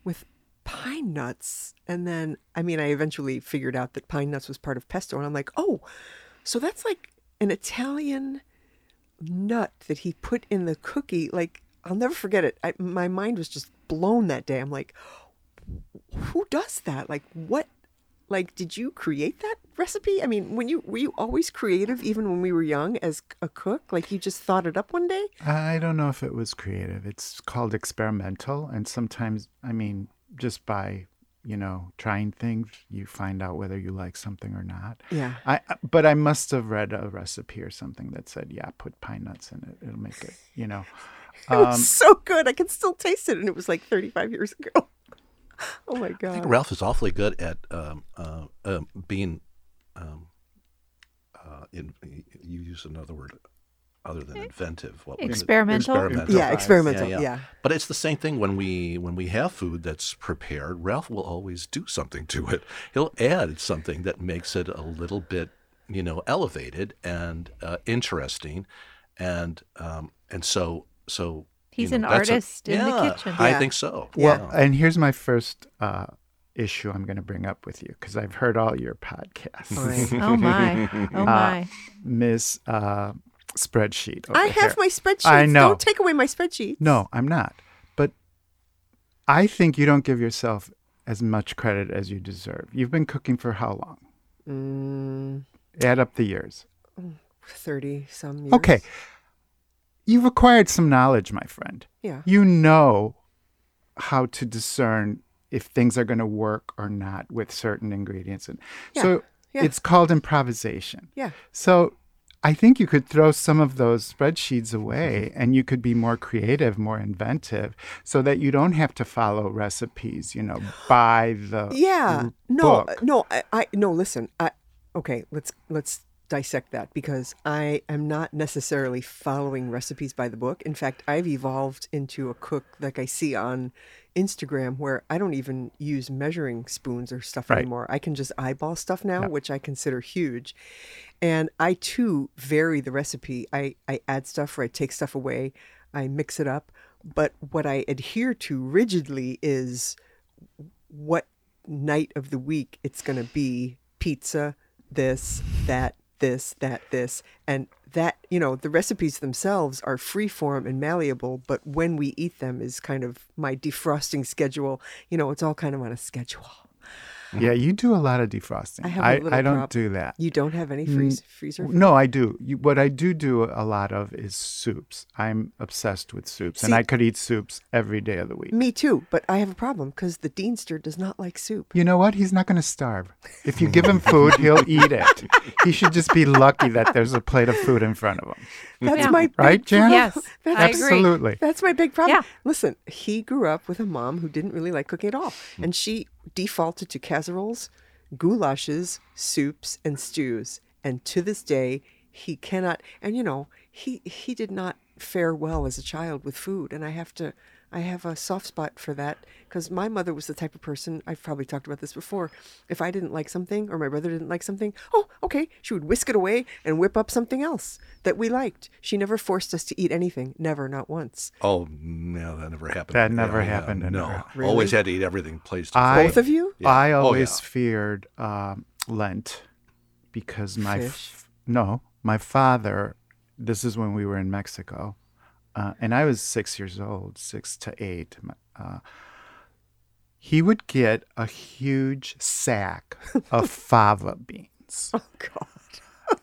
Speaker 1: with pine nuts. And then, I mean, I eventually figured out that pine nuts was part of pesto, and I'm like, oh, so that's like an Italian nut that he put in the cookie like i'll never forget it I, my mind was just blown that day i'm like who does that like what Like, did you create that recipe? I mean, when you were you always creative, even when we were young, as a cook? Like, you just thought it up one day?
Speaker 3: I don't know if it was creative. It's called experimental. And sometimes, I mean, just by, you know, trying things, you find out whether you like something or not.
Speaker 1: Yeah.
Speaker 3: I, but I must have read a recipe or something that said, yeah, put pine nuts in it. It'll make it, you know.
Speaker 1: It was so good. I can still taste it, and it was like 35 years ago. [laughs] oh my
Speaker 4: I think
Speaker 1: god!
Speaker 4: Ralph is awfully good at um, uh, um, being. Um, uh, in, you use another word other than inventive. What was it?
Speaker 2: Experimental?
Speaker 4: Experimental.
Speaker 1: Yeah, experimental. Yeah,
Speaker 4: Yeah, yeah. But it's the same thing when we when we have food that's prepared. Ralph will always do something to it. He'll add something that makes it a little bit, you know, elevated and uh, interesting, and um, and so so. you
Speaker 2: He's
Speaker 4: know,
Speaker 2: an
Speaker 4: that's a-
Speaker 2: artist in the
Speaker 4: yeah,
Speaker 2: kitchen.
Speaker 4: I
Speaker 1: Yeah.
Speaker 4: think so.
Speaker 3: Well,
Speaker 4: Yeah.
Speaker 3: and here's my first uh, issue I'm going to bring up with you because I've heard all your [laughs] podcasts.
Speaker 1: All
Speaker 2: [laughs]
Speaker 1: right.
Speaker 2: [laughs] Oh my.
Speaker 3: [laughs] Uh,
Speaker 2: Oh my.
Speaker 3: Miss uh, Spreadsheet. over
Speaker 1: I have
Speaker 3: here.
Speaker 1: my spreadsheets.
Speaker 3: I know.
Speaker 1: Don't take away my spreadsheets.
Speaker 3: No, I'm not. But I think you don't give yourself as much credit as you deserve. You've been cooking for how long?
Speaker 1: Mm,
Speaker 3: Add up the years.
Speaker 1: 30 some years.
Speaker 3: Okay. You've acquired some knowledge, my friend.
Speaker 1: Yeah.
Speaker 3: You know how to discern if things are going to work or not with certain ingredients. And so
Speaker 1: yeah.
Speaker 3: it's called improvisation.
Speaker 1: Yeah.
Speaker 3: So I think you could throw some of those spreadsheets away
Speaker 1: Mm-hmm.
Speaker 3: and you could be more creative, more inventive, so that you don't have to follow recipes, you know, by the
Speaker 1: [gasps] Yeah.
Speaker 3: l-
Speaker 1: No.
Speaker 3: book.
Speaker 1: No. I, I. No. Listen. I. Okay. Let's let's dissect that because I am not necessarily following recipes by the book. In fact, I've evolved into a cook like I see on Instagram where I don't even use measuring spoons or stuff
Speaker 3: Right.
Speaker 1: anymore. I can just eyeball stuff now, which I consider huge. And I too vary the recipe. I, I add stuff or I take stuff away. I mix it up. But what I adhere to rigidly is what night of the week it's going to be pizza, this, that, this, that, this. And that, you know, the recipes themselves are freeform and malleable, but when we eat them is kind of my defrosting schedule. You know, it's all kind of on a schedule.
Speaker 3: Yeah, you do a lot of defrosting.
Speaker 1: I have a
Speaker 3: I,
Speaker 1: little
Speaker 3: I don't
Speaker 1: prob-
Speaker 3: do that.
Speaker 1: You don't have any freeze, freezer?
Speaker 3: No, I do. You, what I do do a lot of is soups. I'm obsessed with soups, and
Speaker 1: See-
Speaker 3: I could eat soups every day of the week.
Speaker 1: Me too, but I have a problem because the Deanster does not like soup.
Speaker 3: You know what? He's not going to starve. If you give him food,
Speaker 4: [laughs]
Speaker 3: he'll eat it. He should just be lucky that there's a plate of food in front of him.
Speaker 1: That's
Speaker 2: Yeah.
Speaker 1: my big
Speaker 3: Mm-hmm. Right, Janet?
Speaker 2: Yes,
Speaker 1: That's
Speaker 2: I agree.
Speaker 3: Absolutely.
Speaker 1: That's my big problem.
Speaker 2: Yeah.
Speaker 1: Listen, he grew up with a mom who didn't really like cooking at all, and she defaulted to casseroles, goulashes, soups, and stews. And to this day, he cannot. And you know, he he did not fare well as a child with food, and I have to. I have a soft spot for that because my mother was the type of person I've probably talked about this before. If I didn't like something or my brother didn't like something, oh, okay, she would whisk it away and whip up something else that we liked. She never forced us to eat anything, never, not once.
Speaker 4: Oh no, that never happened.
Speaker 3: That never happened, that
Speaker 4: No,
Speaker 3: never
Speaker 4: always had to eat everything placed. in
Speaker 3: I-
Speaker 4: front
Speaker 1: Both of you?
Speaker 4: Yeah.
Speaker 3: I
Speaker 4: Oh,
Speaker 3: always
Speaker 4: yeah.
Speaker 3: feared um, Lent because my f-
Speaker 1: Fish.
Speaker 3: no, my father. This is when we were in Mexico, uh, and I was six years old, six to eight. My- Uh, he would get a huge sack of fava beans
Speaker 1: Oh [laughs] God.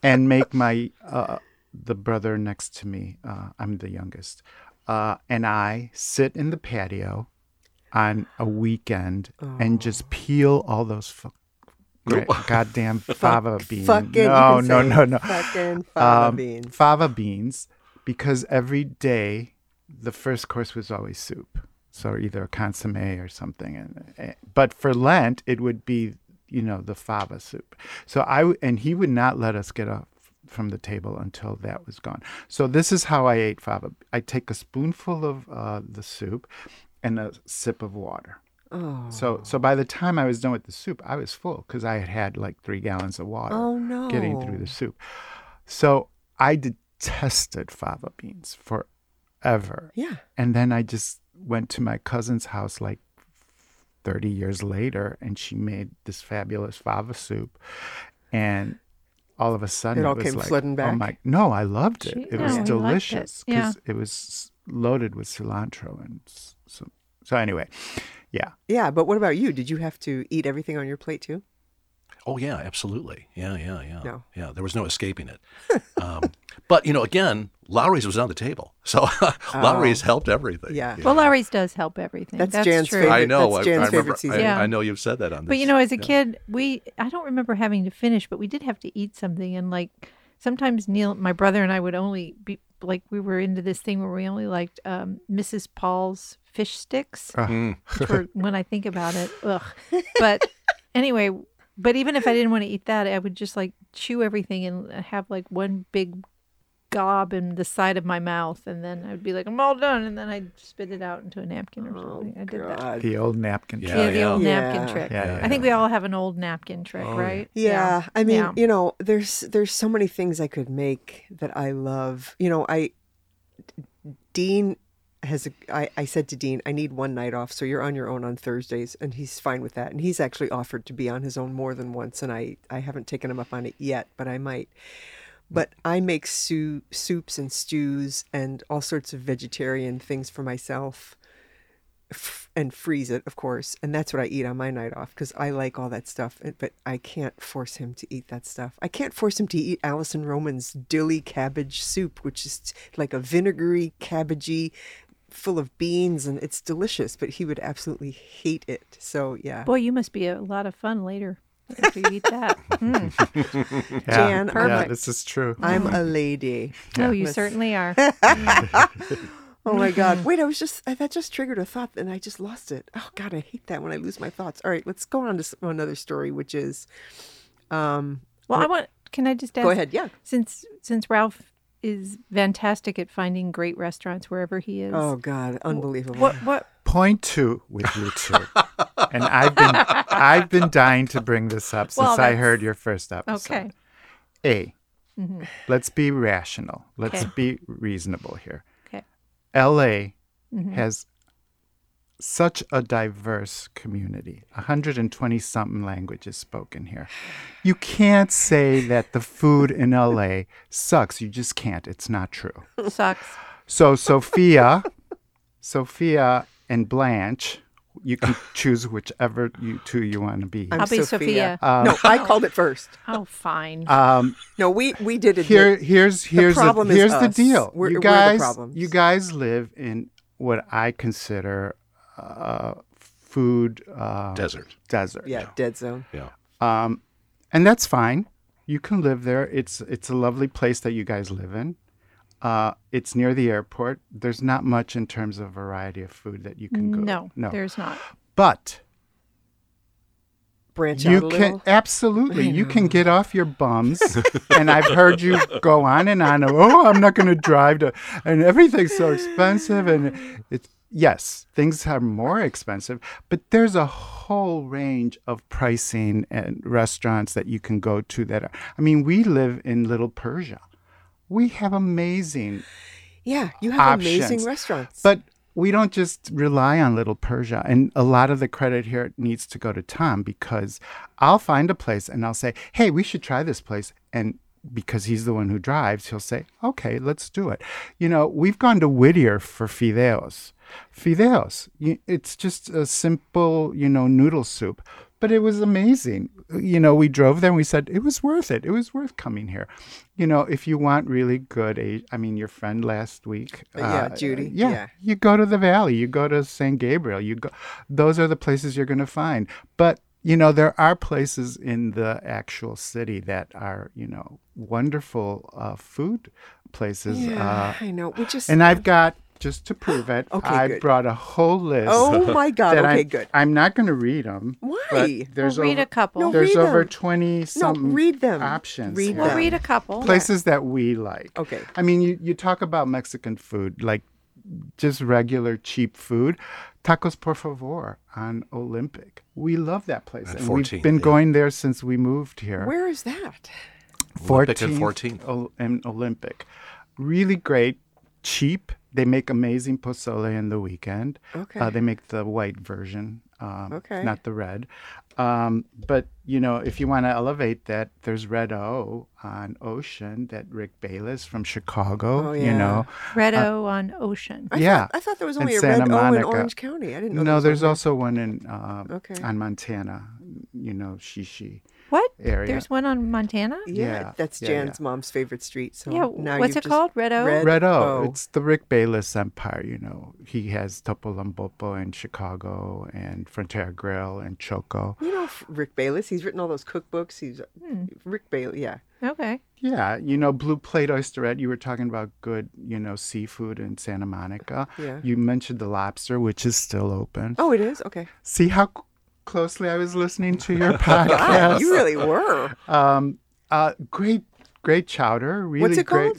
Speaker 3: and make my uh, the brother next to me. Uh, I'm the youngest, uh, and I sit in the patio on a weekend and just peel all those fu- gra- goddamn fava beans.
Speaker 1: Fucking
Speaker 3: no,
Speaker 1: you can
Speaker 3: no,
Speaker 1: say
Speaker 3: no, no,
Speaker 1: Fucking fava
Speaker 3: Um,
Speaker 1: beans.
Speaker 3: Fava beans, because every day the first course was always soup, so either a consommé or something. And, and but for Lent, it would be you know the fava soup. So I w- and he would not let us get up from the table until that was gone. So this is how I ate fava. I take a spoonful of uh, the soup and a sip of water.
Speaker 1: Oh.
Speaker 3: So so by the time I was done with the soup, I was full because I had had like three gallons of water
Speaker 1: Oh no.
Speaker 3: getting through the soup. So I detested fava beans forever.
Speaker 1: Yeah.
Speaker 3: And then I just went to my cousin's house like 30 years later and she made this fabulous fava soup. And all of a sudden,
Speaker 1: It all
Speaker 3: was
Speaker 1: came
Speaker 3: like,
Speaker 1: flooding
Speaker 3: Oh
Speaker 1: back?
Speaker 3: my, no, I loved it.
Speaker 2: She- no,
Speaker 3: it was
Speaker 2: he liked it.
Speaker 3: delicious because it. was loaded with cilantro and s- so. So anyway, yeah.
Speaker 1: Yeah, but what about you? Did you have to eat everything on your plate too?
Speaker 4: Oh yeah, absolutely. Yeah, yeah, yeah.
Speaker 1: No.
Speaker 4: Yeah, there was no escaping it. [laughs] um, but you know, again, Lowry's was on the table, [laughs] so Lowry's helped everything.
Speaker 1: Yeah.
Speaker 2: Well, Larry's does help everything.
Speaker 1: That's
Speaker 2: That's,
Speaker 1: Jan's
Speaker 2: true.
Speaker 1: favorite.
Speaker 4: I know.
Speaker 1: That's
Speaker 4: I, I
Speaker 1: Jan's
Speaker 4: remember.
Speaker 1: favorite season.
Speaker 4: I,
Speaker 2: Yeah.
Speaker 4: I know you've said that on this.
Speaker 2: But you know, as a kid, we I don't remember having to finish, but we did have to eat something and like sometimes Neil my brother and I would only be like we were into this thing where we only liked um Mrs. Paul's fish sticks.
Speaker 1: [laughs]
Speaker 2: Which were, when I think about it, ugh. But anyway, but even if I didn't want to eat that, I would just like chew everything and have like one big gob in the side of my mouth and then I'd be like, I'm all done and then I'd spit it out into a napkin or something. I did that.
Speaker 1: Oh, God.
Speaker 3: The old napkin.
Speaker 4: Yeah.
Speaker 3: trick.
Speaker 2: Yeah, the old
Speaker 1: Yeah.
Speaker 2: napkin trick.
Speaker 3: Yeah, yeah,
Speaker 2: I think we all have an old napkin trick, right?
Speaker 1: Yeah, I mean,
Speaker 2: Yeah.
Speaker 1: you know, there's there's so many things I could make that I love. You know, I Dean has a, I, I said to Dean, I need one night off, so you're on your own on Thursdays, and he's fine with that. And he's actually offered to be on his own more than once, and I I haven't taken him up on it yet, but I might. But I make sou- soups and stews and all sorts of vegetarian things for myself f- and freeze it, of course. And that's what I eat on my night off because I like all that stuff. and- But I can't force him to eat that stuff. I can't force him to eat Allison Roman's dilly cabbage soup, which is like a vinegary, cabbagey, full of beans, and it's delicious. But he would absolutely hate it. So yeah,
Speaker 2: Boy, you must be a lot of fun later if you eat [laughs] that. Mm.
Speaker 3: Yeah.
Speaker 1: Jan,
Speaker 3: yeah,
Speaker 2: perfect.
Speaker 3: this is true.
Speaker 1: I'm a lady.
Speaker 2: Oh, you
Speaker 1: Miss- [laughs]
Speaker 2: certainly are.
Speaker 1: Oh my
Speaker 2: [laughs]
Speaker 1: God! Wait, I was just I- that just triggered a thought, and I just lost it. Oh God, I hate that when I lose my thoughts. All right, let's go on to s- oh, another story, which is, um,
Speaker 2: Well, I want. Can I just ask?
Speaker 1: go ahead. Yeah.
Speaker 2: Since since Ralph is fantastic at finding great restaurants wherever he is.
Speaker 1: Oh God, unbelievable!
Speaker 2: What what?
Speaker 3: Point two with you
Speaker 2: [laughs]
Speaker 3: two, and I've been I've been dying to bring this up since
Speaker 2: Well,
Speaker 3: I
Speaker 2: that's-
Speaker 3: heard your first episode.
Speaker 2: Okay.
Speaker 3: A.
Speaker 2: Mm-hmm.
Speaker 3: Let's be rational. Let's
Speaker 2: Okay.
Speaker 3: be reasonable here.
Speaker 2: Okay. Mm-hmm.
Speaker 3: LA has such a diverse community 120 something languages spoken here. You can't say that the food in LA sucks. You just can't. It's not true.
Speaker 2: [laughs] Sucks.
Speaker 3: So, Sophia, [laughs] Sophia, and Blanche, you can choose whichever you two you want to be.
Speaker 1: I'm
Speaker 2: I'll be
Speaker 1: Sophia.
Speaker 2: Sophia.
Speaker 3: Uh,
Speaker 1: no,
Speaker 2: [laughs]
Speaker 1: I called it first.
Speaker 2: Oh, fine.
Speaker 3: Um,
Speaker 1: No, we we did admit.
Speaker 3: here here's here's the,
Speaker 1: problem is
Speaker 3: here's the
Speaker 1: us.
Speaker 3: deal.
Speaker 1: We're- we're
Speaker 3: you
Speaker 1: the
Speaker 3: guys,
Speaker 1: problems.
Speaker 3: you guys live in what I consider uh, food uh,
Speaker 4: desert.
Speaker 3: desert.
Speaker 1: yeah, dead zone.
Speaker 4: Yeah.
Speaker 3: Um, and that's fine. You can live there. It's it's a lovely place that you guys live in. Uh, it's near the airport. There's not much in terms of variety of food that you can go.
Speaker 2: no,
Speaker 3: no.
Speaker 2: there's not.
Speaker 3: but
Speaker 1: Branch out a
Speaker 3: you
Speaker 1: little.
Speaker 3: can absolutely
Speaker 1: [laughs]
Speaker 3: you can get off your bums and i've heard you go on and on oh i'm not going to drive to and everything's so expensive and it's yes things are more expensive but there's a whole range of pricing and restaurants that you can go to that are, i mean we live in little persia we have amazing
Speaker 1: yeah, you have amazing
Speaker 3: options.
Speaker 1: restaurants.
Speaker 3: but we don't just rely on Little Persia. And a lot of the credit here needs to go to Tom because I'll find a place and I'll say, hey, we should try this place. And because he's the one who drives, he'll say, okay, let's do it. You know, we've gone to Whittier for fideos. Fideos, you- it's just a simple, you know, noodle soup, but it was amazing. You know, we drove there and we said it was worth it. It was worth coming here. You know, if you want really good, A- I mean, your friend last week,
Speaker 1: Uh,
Speaker 3: uh,
Speaker 1: Yeah, Judy,
Speaker 3: yeah,
Speaker 1: yeah.
Speaker 3: you go to the Valley, you go to San Gabriel, you go. Those are the places you're going to find. But you know, there are places in the actual city that are you know wonderful uh, food places.
Speaker 1: yeah,
Speaker 3: Uh,
Speaker 1: I know. We just
Speaker 3: and I've got just to prove it,
Speaker 1: [gasps] Okay,
Speaker 3: I
Speaker 1: good.
Speaker 3: brought a whole list.
Speaker 1: oh my God.
Speaker 3: [laughs] that
Speaker 1: Okay,
Speaker 3: I'm,
Speaker 1: good.
Speaker 3: I'm not going to read them.
Speaker 1: Why?
Speaker 3: there's
Speaker 2: we'll read
Speaker 3: over,
Speaker 2: a couple.
Speaker 1: No,
Speaker 3: there's
Speaker 1: read
Speaker 3: over
Speaker 1: them.
Speaker 3: twenty
Speaker 1: No,
Speaker 3: some
Speaker 1: read them.
Speaker 3: options.
Speaker 1: Read
Speaker 3: here.
Speaker 2: we'll
Speaker 1: them.
Speaker 2: read a couple.
Speaker 3: places that we like.
Speaker 1: Okay.
Speaker 3: I mean, you, you talk about Mexican food, like just regular cheap food. Tacos por favor on Olympic. We love that place.
Speaker 4: And
Speaker 3: and
Speaker 4: 14th,
Speaker 3: we've been
Speaker 4: yeah.
Speaker 3: going there since we moved here.
Speaker 1: Where is that?
Speaker 4: Olympic and
Speaker 3: 14th
Speaker 4: 14th.
Speaker 3: Ol- and Olympic. Really great, cheap. They make amazing pozole in the weekend.
Speaker 1: Okay.
Speaker 3: Uh, they make the white version, um,
Speaker 1: Okay.
Speaker 3: not the red. Um, but, you know, if you want to elevate that, there's Red O on Ocean that Rick Bayless from Chicago,
Speaker 1: Oh,
Speaker 3: you
Speaker 1: yeah.
Speaker 3: know.
Speaker 2: Red O on Ocean.
Speaker 1: I
Speaker 3: yeah.
Speaker 1: Thought, I thought there was
Speaker 3: And
Speaker 1: only a
Speaker 3: Santa
Speaker 1: red O in
Speaker 3: Monica.
Speaker 1: Orange County. I didn't know.
Speaker 3: No,
Speaker 1: there
Speaker 3: there's
Speaker 1: was one
Speaker 3: also one in um,
Speaker 1: Okay.
Speaker 3: on Montana, you know, Shishi.
Speaker 2: What?
Speaker 3: area.
Speaker 2: There's one on Montana.
Speaker 1: Yeah,
Speaker 3: Yeah,
Speaker 1: that's
Speaker 3: yeah,
Speaker 1: Jan's mom's favorite street. So
Speaker 2: yeah.
Speaker 1: now
Speaker 2: What's
Speaker 1: you've
Speaker 2: it
Speaker 1: just-
Speaker 2: called? Red Oak.
Speaker 1: Red-
Speaker 3: Red
Speaker 1: Oh.
Speaker 3: O. It's the Rick Bayless empire, you know. He has Topolobampo and Chicago and Frontera Grill and Choco.
Speaker 1: You know F- Rick Bayless. He's written all those cookbooks. He's Rick Bayless. Yeah,
Speaker 2: Okay.
Speaker 3: Yeah, you know, Blue Plate Oysterette, you were talking about good, you know, seafood in Santa Monica.
Speaker 1: Yeah.
Speaker 3: You mentioned the lobster, which is still open.
Speaker 1: Oh, it is?
Speaker 3: [laughs]
Speaker 1: Okay.
Speaker 3: See how c- closely I was listening to
Speaker 1: [laughs]
Speaker 3: your podcast?
Speaker 1: You really were.
Speaker 3: um, uh, great, great chowder. Really
Speaker 1: it
Speaker 3: great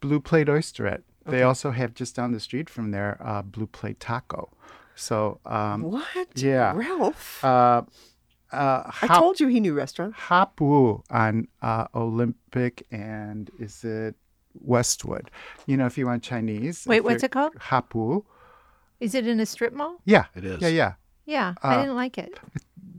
Speaker 3: Blue Plate Oysterette. They also have just down the street from there, uh, Blue Plate Taco. So, um,
Speaker 1: What?
Speaker 3: yeah.
Speaker 1: Ralph.
Speaker 3: uh, uh,
Speaker 1: I
Speaker 3: hop,
Speaker 1: told you he knew restaurant.
Speaker 3: hop Wu on uh, Olympic and is it Westwood? You know, if you want Chinese.
Speaker 2: Wait, what's it called?
Speaker 3: Hop Wu.
Speaker 2: Is it in a strip mall?
Speaker 3: Yeah.
Speaker 4: It is.
Speaker 3: Yeah, yeah.
Speaker 2: Yeah. I
Speaker 3: Uh,
Speaker 2: didn't like it.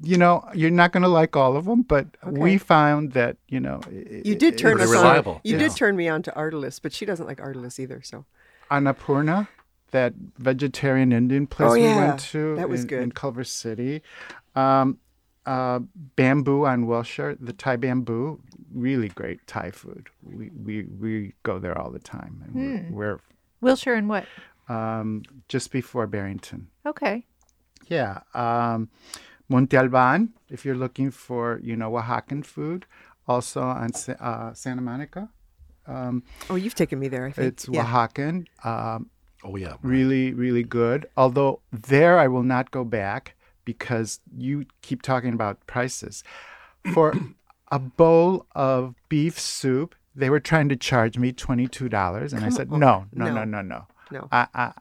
Speaker 3: You know, you're not going to like all of them, but
Speaker 1: Okay.
Speaker 3: we found that, you know, i-
Speaker 1: You did
Speaker 3: i-
Speaker 1: turn
Speaker 4: Pretty
Speaker 1: us on.
Speaker 4: reliable.
Speaker 1: You
Speaker 4: Yeah.
Speaker 1: did turn me on to Artelis, but she doesn't like Artelis either. So
Speaker 3: Annapurna, that vegetarian Indian place we
Speaker 1: Oh, yeah.
Speaker 3: went to
Speaker 1: That was
Speaker 3: in,
Speaker 1: good.
Speaker 3: in Culver City. Um, uh, bamboo on Wilshire, the Thai bamboo, really great Thai food. We we, we go there all the time,
Speaker 1: Hmm.
Speaker 3: and we're,
Speaker 2: Wilshire and what?
Speaker 3: we're um, just before Barrington.
Speaker 2: Okay.
Speaker 3: Yeah, um, Monte Alban, if you're looking for you know Oaxacan food, also on Sa- uh, Santa Monica.
Speaker 1: oh, you've taken me there. I think
Speaker 3: It's
Speaker 1: yeah.
Speaker 3: Oaxacan. Um,
Speaker 4: Oh yeah.
Speaker 3: really really good although there i will not go back because you keep talking about prices for a bowl of beef soup they were trying to charge me $22 and i said no no
Speaker 1: Oh, No.
Speaker 3: no no no
Speaker 1: No.
Speaker 3: I, I,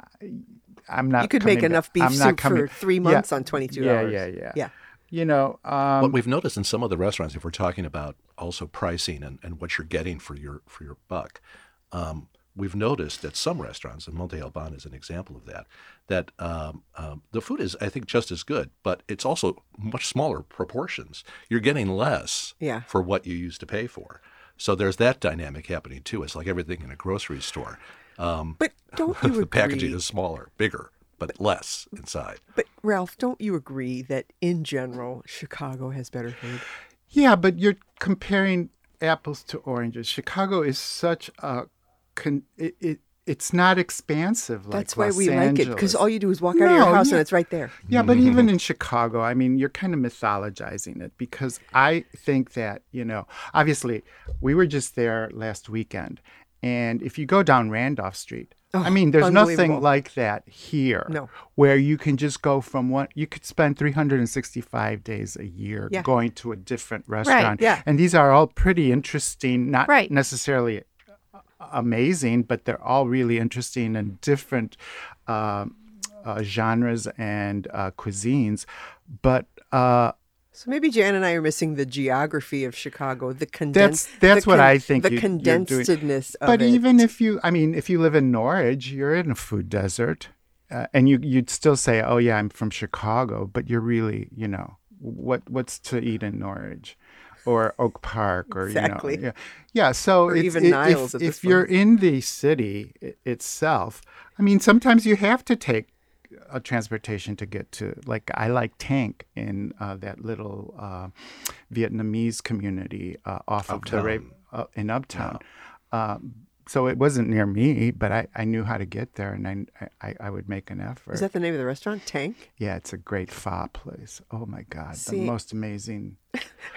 Speaker 3: i'm not
Speaker 1: You could make
Speaker 3: coming
Speaker 1: enough
Speaker 3: back.
Speaker 1: beef
Speaker 3: I'm not
Speaker 1: soup for
Speaker 3: coming-
Speaker 1: three
Speaker 3: Yeah,
Speaker 1: months on twenty two
Speaker 3: yeah
Speaker 1: dollars.
Speaker 3: yeah yeah
Speaker 1: Yeah.
Speaker 3: you know um,
Speaker 4: What we've noticed in some of the restaurants, if we're talking about also pricing and, and what you're getting for your for your buck, um, we've noticed that some restaurants, and Monte Alban is an example of that, that um, um, the food is I think just as good, but it's also much smaller proportions. You're getting less
Speaker 1: Yeah.
Speaker 4: for what you used to pay for. So there's that dynamic happening too. It's like everything in a grocery store. Um, [laughs]
Speaker 1: But don't
Speaker 3: [laughs]
Speaker 1: you
Speaker 4: the
Speaker 1: agree?
Speaker 4: packaging is smaller, bigger, but less inside.
Speaker 1: But Ralph, don't you agree that in general Chicago has better food?
Speaker 3: Yeah, but you're comparing apples to oranges. Chicago is such a con- it, it it's not expansive like
Speaker 1: That's why
Speaker 3: Los
Speaker 1: we like it because
Speaker 3: Angeles.
Speaker 1: all you do is walk out of your
Speaker 3: No,
Speaker 1: house
Speaker 3: yeah.
Speaker 1: and it's right there.
Speaker 3: Yeah, but
Speaker 1: Mm-hmm.
Speaker 3: even in Chicago, I mean, you're kind of mythologizing it because I think that, you know, obviously we were just there last weekend. And if you go down Randolph Street, I mean, there's
Speaker 1: unbelievable.
Speaker 3: nothing like that here
Speaker 1: No.
Speaker 3: where you can just go from one, you could spend 365 days a year
Speaker 1: Yeah.
Speaker 3: going to a different restaurant.
Speaker 1: yeah.
Speaker 3: And these are all pretty interesting, not
Speaker 2: Right.
Speaker 3: necessarily uh, amazing, but they're all really interesting and different um uh, genres and uh, cuisines. But uh,
Speaker 1: So maybe Jan and I are missing the geography of Chicago, the
Speaker 3: that's
Speaker 1: condensed.
Speaker 3: that's
Speaker 1: the
Speaker 3: what
Speaker 1: con-
Speaker 3: I think.
Speaker 1: The
Speaker 3: you- you're doing.
Speaker 1: condensedness of
Speaker 3: But
Speaker 1: it.
Speaker 3: even if you, I mean, if you live in Norwich, you're in a food desert, uh, and you you'd still say, "Oh yeah, I'm from Chicago," but you're really, you know, what what's to eat in Norwich, or Oak Park, or
Speaker 1: Exactly.
Speaker 3: you know, yeah, yeah. So
Speaker 1: Or
Speaker 3: it's-
Speaker 1: even
Speaker 3: if-
Speaker 1: Niles at
Speaker 3: If,
Speaker 1: this
Speaker 3: if you're in the city i- itself, I mean, sometimes you have to take a transportation to get to like i like tank in uh, that little uh, vietnamese community uh, off of the
Speaker 4: Uptown.
Speaker 3: ra- uh, in uptown um, so it wasn't near me but I, I knew how to get there and I, I, I would make an effort
Speaker 1: is that the name of the restaurant? Tank. [laughs]
Speaker 3: yeah it's a great pho place oh my god
Speaker 1: See-
Speaker 3: the most amazing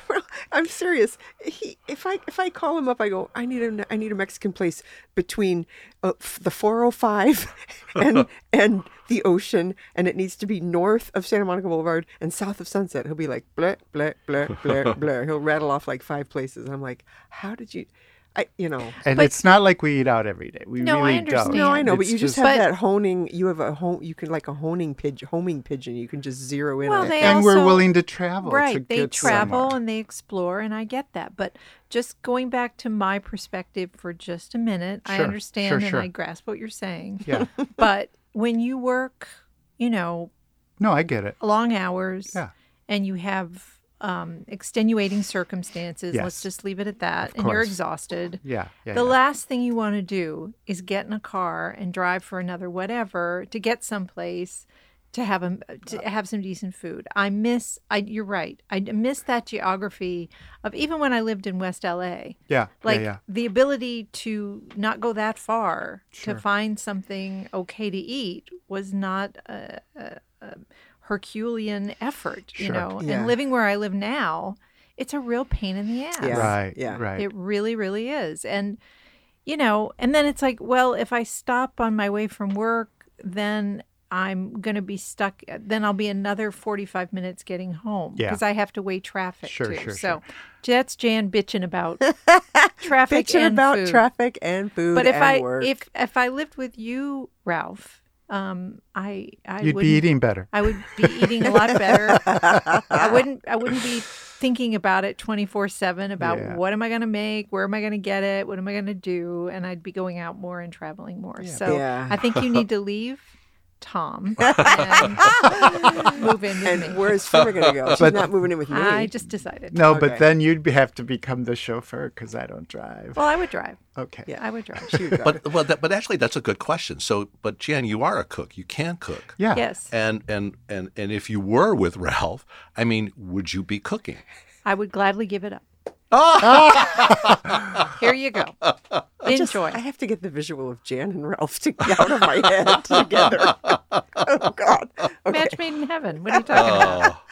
Speaker 1: Well, I'm serious. He, if I if I call him up, I go. I need a I need a Mexican place between uh, f- the 405 [laughs]
Speaker 3: [laughs]
Speaker 1: and and the ocean, and it needs to be north of Santa Monica Boulevard and south of Sunset. He'll be like blah blah blah
Speaker 3: [laughs]
Speaker 1: blah blah. He'll rattle off like five places, and I'm like, how did you? I you know.
Speaker 3: and it's not like we eat out every day we
Speaker 2: No, I
Speaker 3: really
Speaker 2: understand.
Speaker 3: don't
Speaker 1: No, I know, but
Speaker 3: It's
Speaker 1: you just,
Speaker 2: But-
Speaker 1: have that honing. You have a home. You can like a honing pigeon, homing pigeon. You can just zero in
Speaker 2: Well,
Speaker 1: on
Speaker 2: they
Speaker 1: it.
Speaker 3: and we're
Speaker 2: also-
Speaker 3: willing to travel
Speaker 2: right.
Speaker 3: to
Speaker 2: they
Speaker 3: get
Speaker 2: travel
Speaker 3: somewhere.
Speaker 2: and they explore, and I get that. But just going back to my perspective for just a minute, I
Speaker 3: Sure,
Speaker 2: understand
Speaker 3: sure,
Speaker 2: and
Speaker 3: sure.
Speaker 2: I grasp what you're saying.
Speaker 3: yeah
Speaker 2: [laughs] but when you work, you know,
Speaker 3: no i get it
Speaker 2: long hours
Speaker 3: Yeah.
Speaker 2: and you have um, extenuating circumstances, let's
Speaker 3: Yes.
Speaker 2: just leave it at that,
Speaker 3: Of
Speaker 2: and you're
Speaker 3: course.
Speaker 2: exhausted.
Speaker 3: yeah yeah,
Speaker 2: The
Speaker 3: yeah.
Speaker 2: last thing you want to do is get in a car and drive for another whatever to get someplace to have a, to have some decent food. I miss. I you're right. I miss that geography of even when I lived in West LA.
Speaker 3: Yeah.
Speaker 2: Like
Speaker 3: yeah, yeah.
Speaker 2: the ability to not go that far
Speaker 3: Sure.
Speaker 2: to find something okay to eat was not a, a, a Herculean effort, you
Speaker 3: Sure.
Speaker 2: know.
Speaker 1: Yeah.
Speaker 2: And living where I live now, it's a real pain in the ass.
Speaker 1: Yeah.
Speaker 3: Right.
Speaker 1: Yeah.
Speaker 3: Right.
Speaker 2: It really, really is. And, you know, and then it's like, well, if I stop on my way from work, then I'm going to be stuck. Then I'll be another 45 minutes getting home
Speaker 3: Yeah.
Speaker 2: because I have to wait traffic.
Speaker 3: Sure,
Speaker 2: too.
Speaker 3: sure,
Speaker 2: So that's Jan bitching
Speaker 3: [laughs]
Speaker 2: about traffic.
Speaker 1: Bitching
Speaker 2: and
Speaker 1: about
Speaker 2: food.
Speaker 1: traffic and food
Speaker 2: But if
Speaker 1: and
Speaker 2: I
Speaker 1: work. [laughs]
Speaker 2: if if I lived with you, Ralph, um, I I
Speaker 3: You'd
Speaker 2: would
Speaker 3: be eating better.
Speaker 2: I would be eating a lot better. I wouldn't I wouldn't be thinking about it 24/7 about
Speaker 3: Yeah.
Speaker 2: what am I going to make, where am I going to get it, what am I going to do, and I'd be going out more and traveling more. So
Speaker 1: Yeah.
Speaker 2: I think you need to leave
Speaker 1: [laughs]
Speaker 2: Tom and move in with
Speaker 1: and
Speaker 2: me.
Speaker 1: where's Fimmer going to
Speaker 3: [laughs]
Speaker 1: go? She's
Speaker 3: But-
Speaker 1: not moving in with me.
Speaker 2: I just decided.
Speaker 3: No,
Speaker 1: Okay.
Speaker 3: but then you'd be- have to become the chauffeur because I don't drive.
Speaker 2: Well, I would drive.
Speaker 3: Okay.
Speaker 1: Yeah.
Speaker 2: I would
Speaker 1: [laughs]
Speaker 2: drive.
Speaker 1: She would drive.
Speaker 4: But well, that, but actually, that's a good question. So, but Jan, you are a cook. You can cook.
Speaker 3: Yeah.
Speaker 2: Yes,
Speaker 4: And and and and if you were with Ralph, I mean, would you be cooking?
Speaker 2: I would gladly give it up. Here you go.
Speaker 1: Just-
Speaker 2: Enjoy.
Speaker 1: Oh. [laughs] I have to get the visual of Jan and Ralph to get out of my [laughs] head
Speaker 3: [laughs]
Speaker 1: together. oh God. Okay. Uh,
Speaker 2: Match made in heaven. What are you talking about?
Speaker 4: Oh,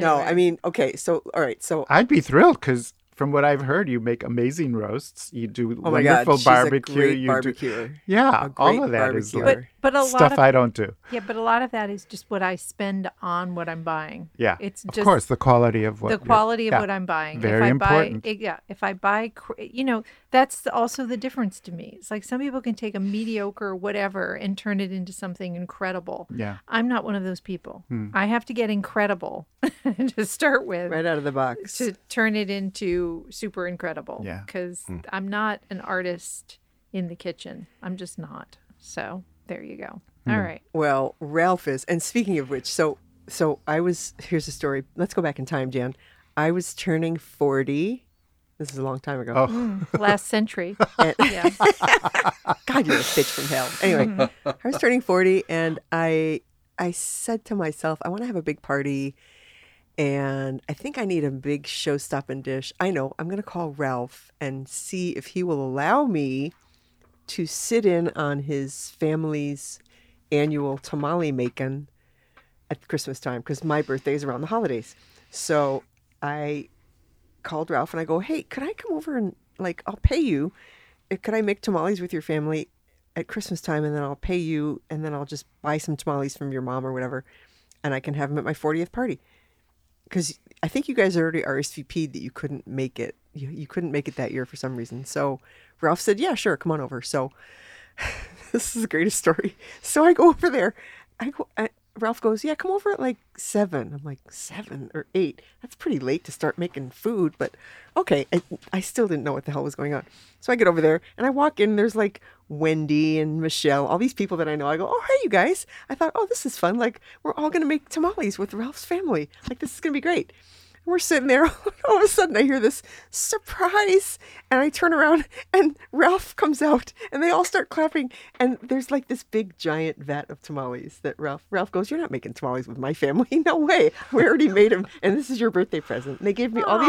Speaker 1: No,
Speaker 2: Anyway.
Speaker 1: I mean, okay. So, all right. So,
Speaker 3: I'd be thrilled because from what I've heard, you make amazing roasts. You do
Speaker 1: oh my God,
Speaker 3: wonderful
Speaker 1: she's
Speaker 3: barbecue.
Speaker 1: a great
Speaker 3: you do,
Speaker 1: barbecuer.
Speaker 3: yeah,
Speaker 1: a
Speaker 3: all
Speaker 1: great
Speaker 3: of that
Speaker 1: barbecuer.
Speaker 3: is
Speaker 2: but
Speaker 3: like
Speaker 2: but a lot
Speaker 3: stuff
Speaker 2: of
Speaker 3: I don't do.
Speaker 2: Yeah, but a lot of that is just what I spend on what I'm buying.
Speaker 3: Yeah,
Speaker 2: It's
Speaker 3: of
Speaker 2: just
Speaker 3: course the quality of what
Speaker 2: the
Speaker 3: you're-
Speaker 2: quality of
Speaker 3: yeah.
Speaker 2: what I'm buying.
Speaker 3: Very
Speaker 2: if I
Speaker 3: important.
Speaker 2: buy eh, yeah, if I buy cr- you know, that's the- also the difference to me. It's like some people can take a mediocre whatever and turn it into something incredible.
Speaker 3: Yeah. Hmm.
Speaker 2: I'm not one of those people. I have to get incredible [laughs] to start with
Speaker 1: Right out of the box.
Speaker 2: to turn it into super incredible.
Speaker 3: Yeah.
Speaker 2: Because I'm not an artist in the kitchen. I'm just not. So there you go.
Speaker 3: Hmm.
Speaker 2: All right.
Speaker 1: Well, Ralph is. And speaking of which, so so I was here's a story. Let's go back in time, Jan. I was turning 40. This is a long time ago.
Speaker 3: Oh,
Speaker 2: Last
Speaker 3: [laughs]
Speaker 2: century.
Speaker 1: And-
Speaker 2: Yeah.
Speaker 1: God, you're a bitch from hell. Anyway, I was turning 40 and I I said to myself, I want to have a big party and I think I need a big show stopping dish. I know, I'm going to call Ralph and see if he will allow me to sit in on his family's annual tamale making at Christmas time because my birthday is around the holidays. So I called Ralph and I go, hey, could I come over and like I'll pay you? Uh, Could I make tamales with your family at Christmas time and then I'll pay you and then I'll just buy some tamales from your mom or whatever and I can have them at my 40th party? Because I think you guys already RSVP'd that you couldn't make it. You, you couldn't make it that year for some reason. So Ralph said, yeah, sure, come on over. So [laughs] this is the greatest story. So I go over there. I go. I, Ralph goes, yeah, come over at like seven. I'm like seven or eight. That's pretty late to start making food, but okay. I, I still didn't know what the hell was going on. So I get over there and I walk in. There's like Wendy and Michelle, all these people that I know. I go, oh hey, you guys. I thought, oh this is fun. Like we're all gonna make tamales with Ralph's family. Like this is gonna be great. And we're sitting there. [laughs] All of a sudden, I hear this surprise, and I turn around, and Ralph comes out, and they all start clapping. And there's like this big giant vat of tamales that Ralph Ralph goes, "You're not making tamales with my family? [laughs] No way! We already made them, and this is your birthday present." And they gave me all these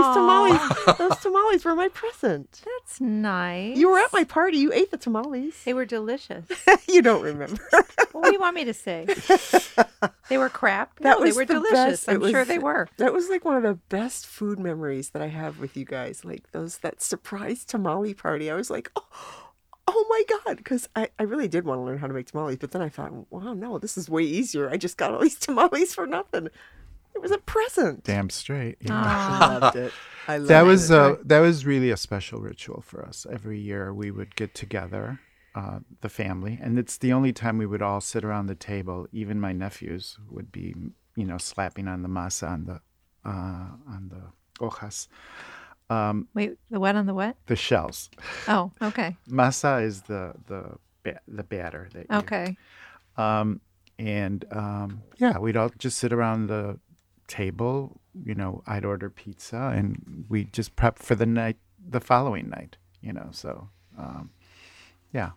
Speaker 1: tamales. Those tamales were my present.
Speaker 2: That's nice.
Speaker 1: You were at my party. You ate the tamales.
Speaker 2: They were
Speaker 1: [laughs]
Speaker 2: delicious.
Speaker 1: you don't remember.
Speaker 2: what do you want me
Speaker 1: [laughs]
Speaker 2: to say? They were crap.
Speaker 1: That
Speaker 2: no,
Speaker 1: was
Speaker 2: they were
Speaker 1: the
Speaker 2: delicious.
Speaker 1: best.
Speaker 2: I'm
Speaker 1: It
Speaker 2: sure
Speaker 1: was-
Speaker 2: they were.
Speaker 1: That was like one of the best food memories that I have with you guys. Like those that surprise tamale party. I was like, oh, oh my god, because I, I really did want to learn how to make tamales, but then I thought, wow, no, this is way easier. I just got all these [laughs] tamales for nothing. It was a present.
Speaker 3: damn straight. yeah.
Speaker 2: Aw.
Speaker 1: I loved it. I loved
Speaker 3: that was
Speaker 1: it.
Speaker 3: uh, that was really a special ritual for us. Every year we would get together, uh, the family, and it's the only time we would all sit around the table. Even my nephews would be, you know, slapping on the masa on the uh, on the hojas,
Speaker 2: Wait, the what on the what?
Speaker 3: the shells.
Speaker 2: Oh, okay.
Speaker 3: Masa is the the ba- the batter that you
Speaker 2: Okay.
Speaker 3: and um, yeah, we'd all just sit around the table. You know, I'd order pizza, and we would just prep for the night, the following night. You know, so um, yeah,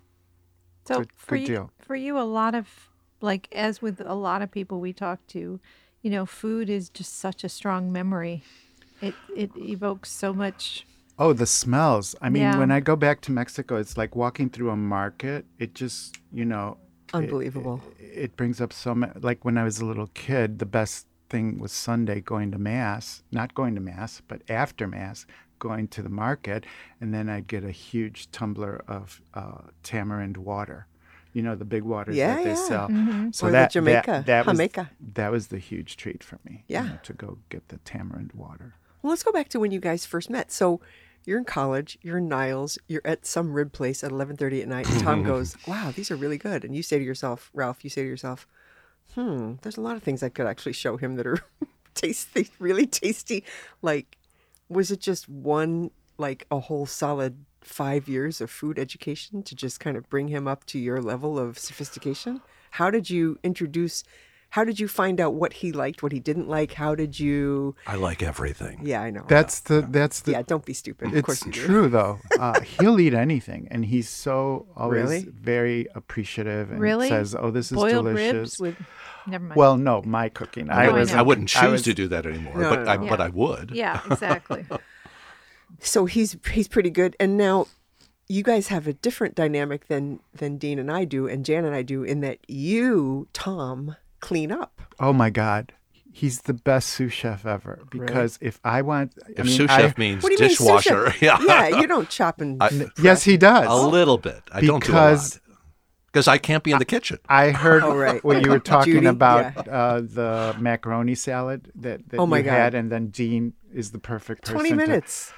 Speaker 2: So
Speaker 3: Good-
Speaker 2: for
Speaker 3: good
Speaker 2: you
Speaker 3: deal.
Speaker 2: for you a lot of like as with a lot of people we talk to, you know, food is just such a strong memory. It it evokes so much.
Speaker 3: Oh, the smells. I mean,
Speaker 2: Yeah.
Speaker 3: when I go back to Mexico, it's like walking through a market. It just, you know, it-
Speaker 1: Unbelievable.
Speaker 3: It, brings up so much. Like when I was a little kid, the best thing was Sunday going to Mass, not going to Mass, but after Mass, going to the market. And then I'd get a huge tumbler of uh, tamarind water. You know, the big waters
Speaker 1: Yeah,
Speaker 3: that they
Speaker 1: yeah.
Speaker 3: sell. So
Speaker 1: Or the
Speaker 3: that,
Speaker 1: Jamaica,
Speaker 3: that, that, was,
Speaker 1: Jamaica.
Speaker 3: that was the huge treat for me. you
Speaker 1: Yeah.
Speaker 3: know, to go get the tamarind water.
Speaker 1: Well, let's go back to when you guys first met. So you're in college, you're in Niles, you're at some rib place at 11:30 at night, and Tom goes, "Wow, these are really good." And you say to yourself, Ralph, you say to yourself, "Hmm, there's a lot of things I could actually show him that are [laughs] tasty, really tasty." Like, was it just one, like a whole solid five years of food education to just kind of bring him up to your level of sophistication? How did you introduce? How did you find out what he liked, what he didn't like? How did you?
Speaker 4: I like everything.
Speaker 1: Yeah, I know.
Speaker 3: That's the that's the
Speaker 1: yeah, don't be stupid. Of
Speaker 3: It's
Speaker 1: course you do.
Speaker 3: true though. Uh, he'll eat anything, and he's so always
Speaker 1: Really?
Speaker 3: very appreciative and
Speaker 2: Really?
Speaker 3: says, "Oh, this is
Speaker 2: Boiled
Speaker 3: delicious."
Speaker 2: ribs with. Never mind.
Speaker 3: well, no, my cooking. I
Speaker 2: No, I
Speaker 3: was.
Speaker 2: know.
Speaker 4: I wouldn't choose
Speaker 3: I was-
Speaker 4: to do that anymore,
Speaker 1: No,
Speaker 4: but
Speaker 1: no,
Speaker 4: I,
Speaker 1: no.
Speaker 4: but I would.
Speaker 2: yeah,
Speaker 3: [laughs]
Speaker 2: exactly.
Speaker 1: So he's he's pretty good. And now you guys have a different dynamic than than Dean and I do, and Jan and I do, in that you, Tom, clean up.
Speaker 3: Oh my god, he's the best sous chef ever. Because if I want, I
Speaker 4: If
Speaker 3: mean,
Speaker 4: sous
Speaker 3: I-
Speaker 4: chef means
Speaker 1: What do you mean, sous chef?
Speaker 4: dishwasher,
Speaker 3: [laughs]
Speaker 4: [laughs] yeah,
Speaker 1: yeah, you don't chop and
Speaker 3: yes, he does.
Speaker 4: a little bit. I don't do a
Speaker 3: Because-
Speaker 4: lot because I can't be in the kitchen.
Speaker 3: I heard
Speaker 1: Oh, right.
Speaker 3: what you were talking
Speaker 1: Judy,
Speaker 3: about
Speaker 1: yeah.
Speaker 3: uh, the macaroni salad that, that
Speaker 1: Oh, my
Speaker 3: you
Speaker 1: God.
Speaker 3: had, and then Dean is the perfect person.
Speaker 1: twenty
Speaker 3: to-
Speaker 1: minutes.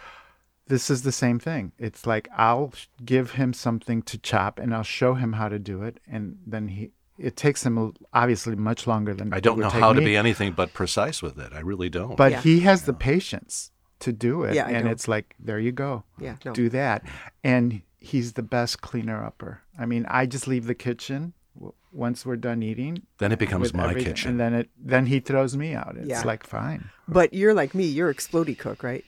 Speaker 3: this is the same thing. It's like I'll sh- give him something to chop and I'll show him how to do it, and then he. It takes him l- obviously much longer than
Speaker 4: I
Speaker 3: it
Speaker 4: don't
Speaker 3: would
Speaker 4: know
Speaker 3: take
Speaker 4: how to
Speaker 3: me,
Speaker 4: be anything but precise with it. I really don't.
Speaker 3: But
Speaker 1: Yeah.
Speaker 3: he has the patience to do it,
Speaker 1: Yeah, I
Speaker 3: and
Speaker 1: don't.
Speaker 3: it's like there you go,
Speaker 1: Yeah, no.
Speaker 3: do that, and he's the best cleaner upper. I mean, I just leave the kitchen w- once we're done eating.
Speaker 4: then it becomes
Speaker 3: with
Speaker 4: my
Speaker 3: everything,
Speaker 4: kitchen.
Speaker 3: and then it then he throws me out. It's
Speaker 1: Yeah.
Speaker 3: like fine,
Speaker 1: But you're like me. You're explodey cook, right?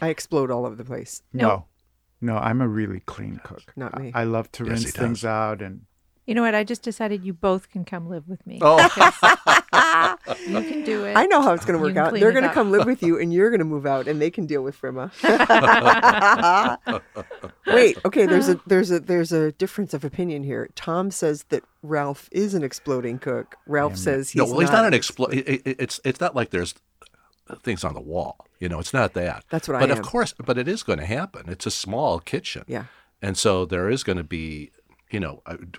Speaker 1: I explode all over the place.
Speaker 3: no, no, I'm a really clean cook.
Speaker 1: Not me.
Speaker 3: I, I love to
Speaker 4: Yes, he
Speaker 3: rinse things out and
Speaker 2: you know what? I just decided you both can come live with me.
Speaker 4: Oh.
Speaker 2: Okay? you can do
Speaker 1: [laughs]
Speaker 2: it.
Speaker 1: I know how it's going to
Speaker 2: You
Speaker 1: work
Speaker 2: can
Speaker 1: out.
Speaker 2: clean
Speaker 1: They're
Speaker 2: it
Speaker 1: going to
Speaker 2: up.
Speaker 1: come live with you, and you're going to move out, and they can deal with Rima. [laughs] Wait, okay. There's a there's a there's a difference of opinion here. Tom says that Ralph is an exploding cook. Ralph says he's
Speaker 4: no, well, he's not an
Speaker 1: ex-
Speaker 4: expl. It, it, it's it's not like there's things on the wall. You know, it's not that.
Speaker 1: That's what I
Speaker 4: but But
Speaker 1: am.
Speaker 4: of course, but it is going to happen. It's a small kitchen.
Speaker 1: Yeah.
Speaker 4: And so there is going to be, you know, I, would-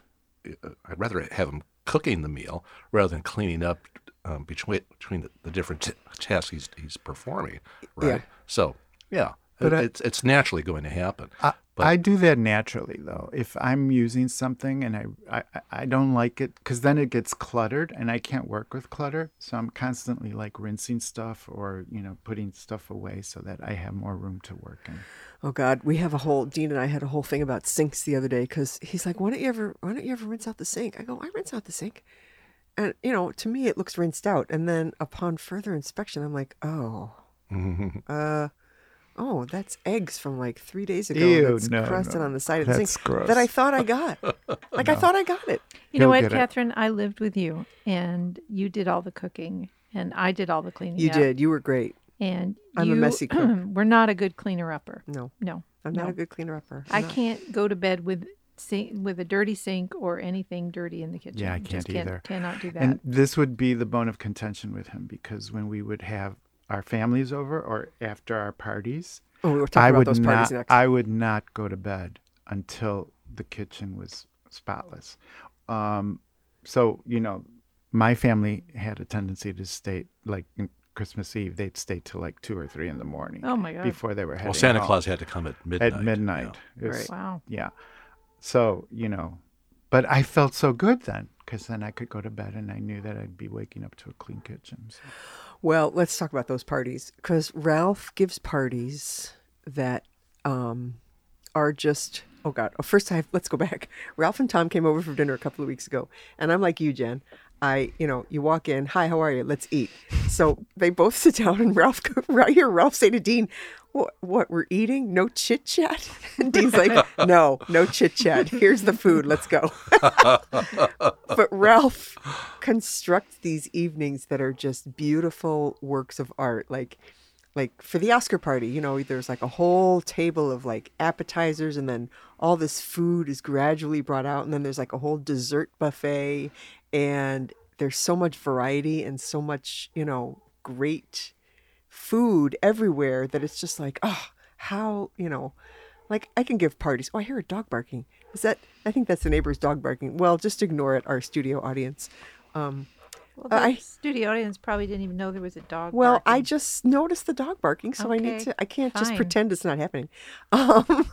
Speaker 4: I'd rather have him cooking the meal rather than cleaning up um, between between the, the different t- tasks he's, he's performing. Right.
Speaker 1: Yeah.
Speaker 4: So yeah,
Speaker 3: But
Speaker 4: it-
Speaker 3: I-
Speaker 4: it's it's naturally going to happen.
Speaker 3: I,
Speaker 4: But-
Speaker 3: I do that naturally though. If I'm using something and I I, I- I don't like it, because then it gets cluttered and I can't work with clutter. So I'm constantly like rinsing stuff or you know putting stuff away so that I have more room to work in.
Speaker 1: Oh God, we have a whole Dean and I had a whole thing about sinks the other day because he's like, "Why don't you ever? Why don't you ever rinse out the sink?" I go, "I rinse out the sink," and you know, to me it looks rinsed out. And then upon further inspection, I'm like,
Speaker 3: [laughs]
Speaker 1: "Oh, uh, oh, that's eggs from like three days ago
Speaker 3: Ew,
Speaker 1: that's
Speaker 3: no,
Speaker 1: crusted
Speaker 3: no.
Speaker 1: on the side of the
Speaker 3: That's
Speaker 1: sink
Speaker 3: gross.
Speaker 1: that I thought
Speaker 3: [laughs]
Speaker 1: I got. like I thought I got it.
Speaker 2: You know
Speaker 3: He'll
Speaker 2: what,
Speaker 3: get it.
Speaker 2: Catherine? I lived with you, and you did all the cooking, and I did all the cleaning.
Speaker 1: You
Speaker 2: up,
Speaker 1: did. You were great.
Speaker 2: And
Speaker 1: I'm a
Speaker 2: you,
Speaker 1: messy cook.
Speaker 2: [clears throat] we're not a good cleaner upper.
Speaker 1: No,
Speaker 2: No,
Speaker 1: I'm
Speaker 2: no.
Speaker 1: not a good cleaner upper.
Speaker 2: I can't go to bed with sink, with a dirty sink or anything dirty in the kitchen.
Speaker 3: Yeah, I
Speaker 2: Just
Speaker 3: can't either.
Speaker 2: Cannot do that.
Speaker 3: And this would be the bone of contention with him because when we would have our families over or after our parties,
Speaker 1: Oh, we were talking
Speaker 3: I
Speaker 1: about
Speaker 3: would
Speaker 1: those parties
Speaker 3: not
Speaker 1: next.
Speaker 3: I would not go to bed until the kitchen was spotless. Um, so you know, my family had a tendency to stay like in Christmas Eve. They'd stay till like two or three in the morning.
Speaker 2: Oh, my God.
Speaker 3: Before they were heading
Speaker 4: Well, Santa
Speaker 3: home.
Speaker 4: Claus had to come at midnight.
Speaker 3: at midnight. It was-
Speaker 1: Right.
Speaker 2: wow.
Speaker 3: Yeah. So you know, but I felt so good then because then I could go to bed and I knew that I'd be waking up to a clean kitchen. So.
Speaker 1: Well, let's talk about those parties because Ralph gives parties that um, are just oh god. Oh, first I have, let's go back. [laughs] Ralph and Tom came over for dinner a couple of weeks ago, and I'm like you, Jen. I you know you walk [laughs] in, hi, how are you? Let's eat. So they both sit down, and Ralph right here. Ralph say to Dean, what, what we're eating? No chit chat? [laughs] And Dean's like, no, no chit chat. Here's the food. Let's go. [laughs] but Ralph constructs these evenings that are just beautiful works of art. Like, like for the Oscar party, you know, there's like a whole table of like appetizers, and then all this food is gradually brought out, and then there's like a whole dessert buffet, and there's so much variety and so much, you know, great food everywhere that it's just like, oh, how, you know, like I can give parties. Oh, I hear a dog barking. Is that, I think that's the neighbor's dog barking. Well, just ignore it, our studio audience. Um,
Speaker 2: Well,
Speaker 1: Uh,
Speaker 2: the
Speaker 1: I-
Speaker 2: studio audience probably didn't even know there was a dog.
Speaker 1: well,
Speaker 2: barking.
Speaker 1: I just noticed the dog barking, so I need
Speaker 2: Okay,
Speaker 1: to, I can't just
Speaker 2: fine.
Speaker 1: pretend it's not happening. [laughs] Um,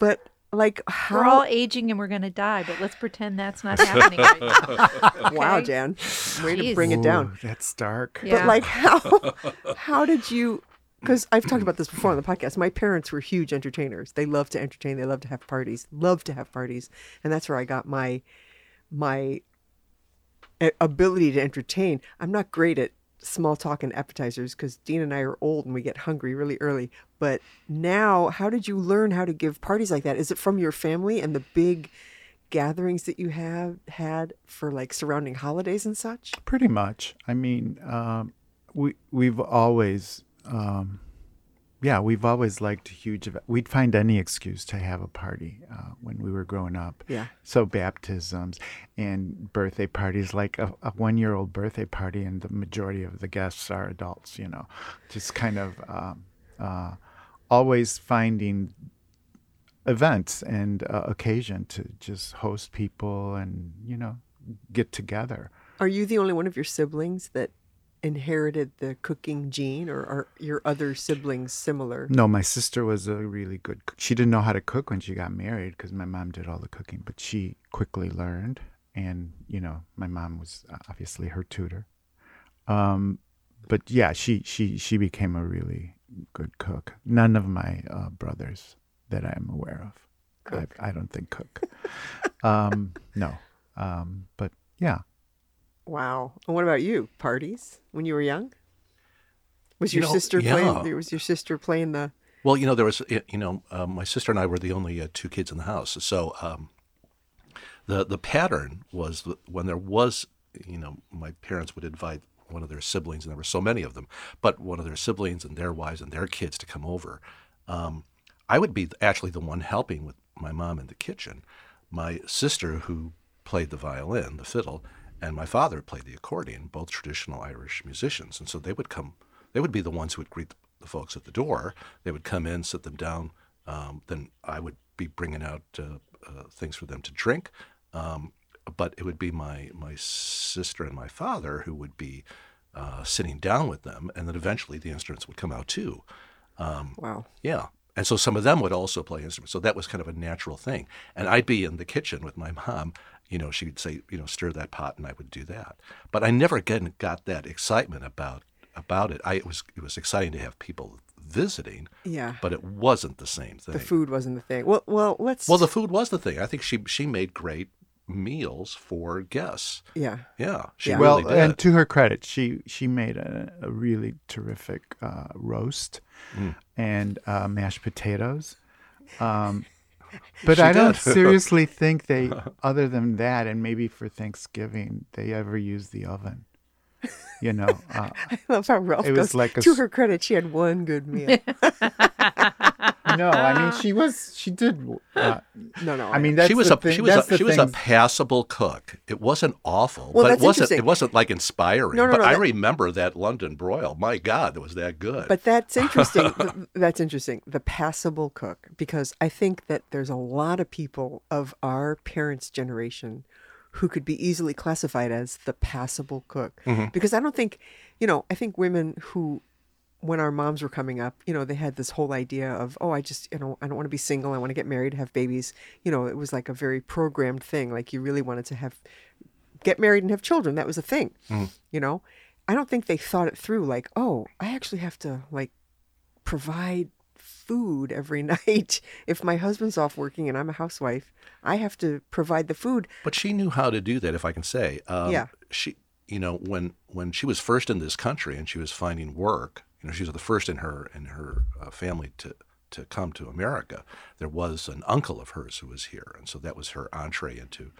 Speaker 1: but like, how,
Speaker 2: we're all aging and we're going to die, but let's pretend that's
Speaker 1: [laughs]
Speaker 2: not happening. Right now.
Speaker 1: wow,
Speaker 2: okay.
Speaker 1: Jan, way to
Speaker 2: Jeez.
Speaker 1: bring it down.
Speaker 3: Ooh, That's dark.
Speaker 2: Yeah.
Speaker 1: But like how how did you because I've talked about this before on the podcast. My parents were huge entertainers. They loved to entertain. They loved to have parties. Loved to have parties. And that's where I got my my a- ability to entertain. I'm not great at small talk and appetizers because Dean and I are old and we get hungry really early. But now, how did you learn how to give parties like that? Is it from your family and the big gatherings that you have had for like surrounding holidays and such?
Speaker 3: Pretty much. I mean, um, we we've always, um, yeah, we've always liked huge. ev- We'd find any excuse to have a party uh, when we were growing up.
Speaker 1: Yeah.
Speaker 3: So baptisms and birthday parties, like a, a one-year-old birthday party, and the majority of the guests are adults. You know, just kind of um, uh, always finding events and uh, occasion to just host people and you know get together.
Speaker 1: Are you the only one of your siblings that inherited the cooking gene, or are your other siblings similar?
Speaker 3: No, my sister was a really good. Cook. She didn't know how to cook when she got married because my mom did all the cooking, but she quickly learned. And you know, my mom was uh, obviously her tutor. Um, but yeah, she she she became a really good cook. None of my uh, brothers that I'm aware of, I, I don't think cook. [laughs] um, no, um, but yeah,
Speaker 1: Wow. And what about you? Parties when you were young? Was
Speaker 4: You
Speaker 1: your
Speaker 4: know,
Speaker 1: sister
Speaker 4: yeah.
Speaker 1: playing? Was your sister playing the?
Speaker 4: Well, you know, there was, you know, uh, my sister and I were the only uh, two kids in the house. So um, the the pattern was that when there was, you know, my parents would invite one of their siblings, and there were so many of them, but one of their siblings and their wives and their kids to come over. Um, I would be actually the one helping with my mom in the kitchen. My sister, who played the violin, the fiddle, and my father played the accordion, both traditional Irish musicians. And so they would come, they would be the ones who would greet the, the folks at the door. They would come in, sit them down. Um, then I would be bringing out uh, uh, things for them to drink. Um, but it would be my, my sister and my father who would be uh, sitting down with them. And then eventually the instruments would come out too.
Speaker 1: Wow.
Speaker 4: Yeah. And so some of them would also play instruments. So that was kind of a natural thing. And I'd be in the kitchen with my mom. You know, she'd say, you know, stir that pot, and I would do that. But I never again got that excitement about about it. I it was it was exciting to have people visiting,
Speaker 1: Yeah.
Speaker 4: but it wasn't the same thing.
Speaker 1: the food wasn't the thing. Well, well, let's.
Speaker 4: well, the food was the thing. I think she she made great meals for guests.
Speaker 1: yeah. [laughs]
Speaker 4: Yeah, she
Speaker 1: Yeah.
Speaker 4: really
Speaker 3: well,
Speaker 4: did.
Speaker 3: and to her credit, she she made a, a really terrific uh, roast
Speaker 4: Hmm.
Speaker 3: and uh, mashed potatoes.
Speaker 4: [laughs]
Speaker 3: Um, but
Speaker 4: She
Speaker 3: I don't
Speaker 4: did. [laughs]
Speaker 3: seriously think they, other than that, and maybe for Thanksgiving, they ever used the oven. You know, uh,
Speaker 1: I love how Ralph
Speaker 3: It was
Speaker 1: goes.
Speaker 3: like a
Speaker 1: to
Speaker 3: s-
Speaker 1: her credit, she had one good meal.
Speaker 3: no, I mean she was she did. Uh,
Speaker 1: No, no.
Speaker 3: I mean that's
Speaker 4: she was
Speaker 3: the
Speaker 4: a
Speaker 3: thing.
Speaker 4: she was
Speaker 3: that's
Speaker 4: a,
Speaker 3: the
Speaker 4: she was a
Speaker 3: thing.
Speaker 4: passable cook. It wasn't awful,
Speaker 1: Well,
Speaker 4: but it
Speaker 1: that's
Speaker 4: wasn't
Speaker 1: interesting.
Speaker 4: it wasn't like inspiring.
Speaker 1: No, no,
Speaker 4: but
Speaker 1: no,
Speaker 4: I
Speaker 1: that-
Speaker 4: remember that London broil. My God, it was that good.
Speaker 1: But that's interesting. Th- that's interesting. The passable cook, because I think that there's a lot of people of our parents' generation who could be easily classified as the passable cook. Because I don't think, you know, I think women who, when our moms were coming up, you know, they had this whole idea of, oh, I just, you know, I don't want to be single. I want to get married, have babies. You know, it was like a very programmed thing. Like you really wanted to have get married and have children. That was a thing, you know. I don't think they thought it through. Like, oh, I actually have to like provide food every [laughs] night. If my husband's off working and I'm a housewife, I have to provide the food.
Speaker 4: But she knew how to do that, if I can say. Um,
Speaker 1: Yeah.
Speaker 4: She, you know, when when she was first in this country and she was finding work, you know, she was the first in her in her uh, family to to come to America. There was an uncle of hers who was here, and so that was her entree into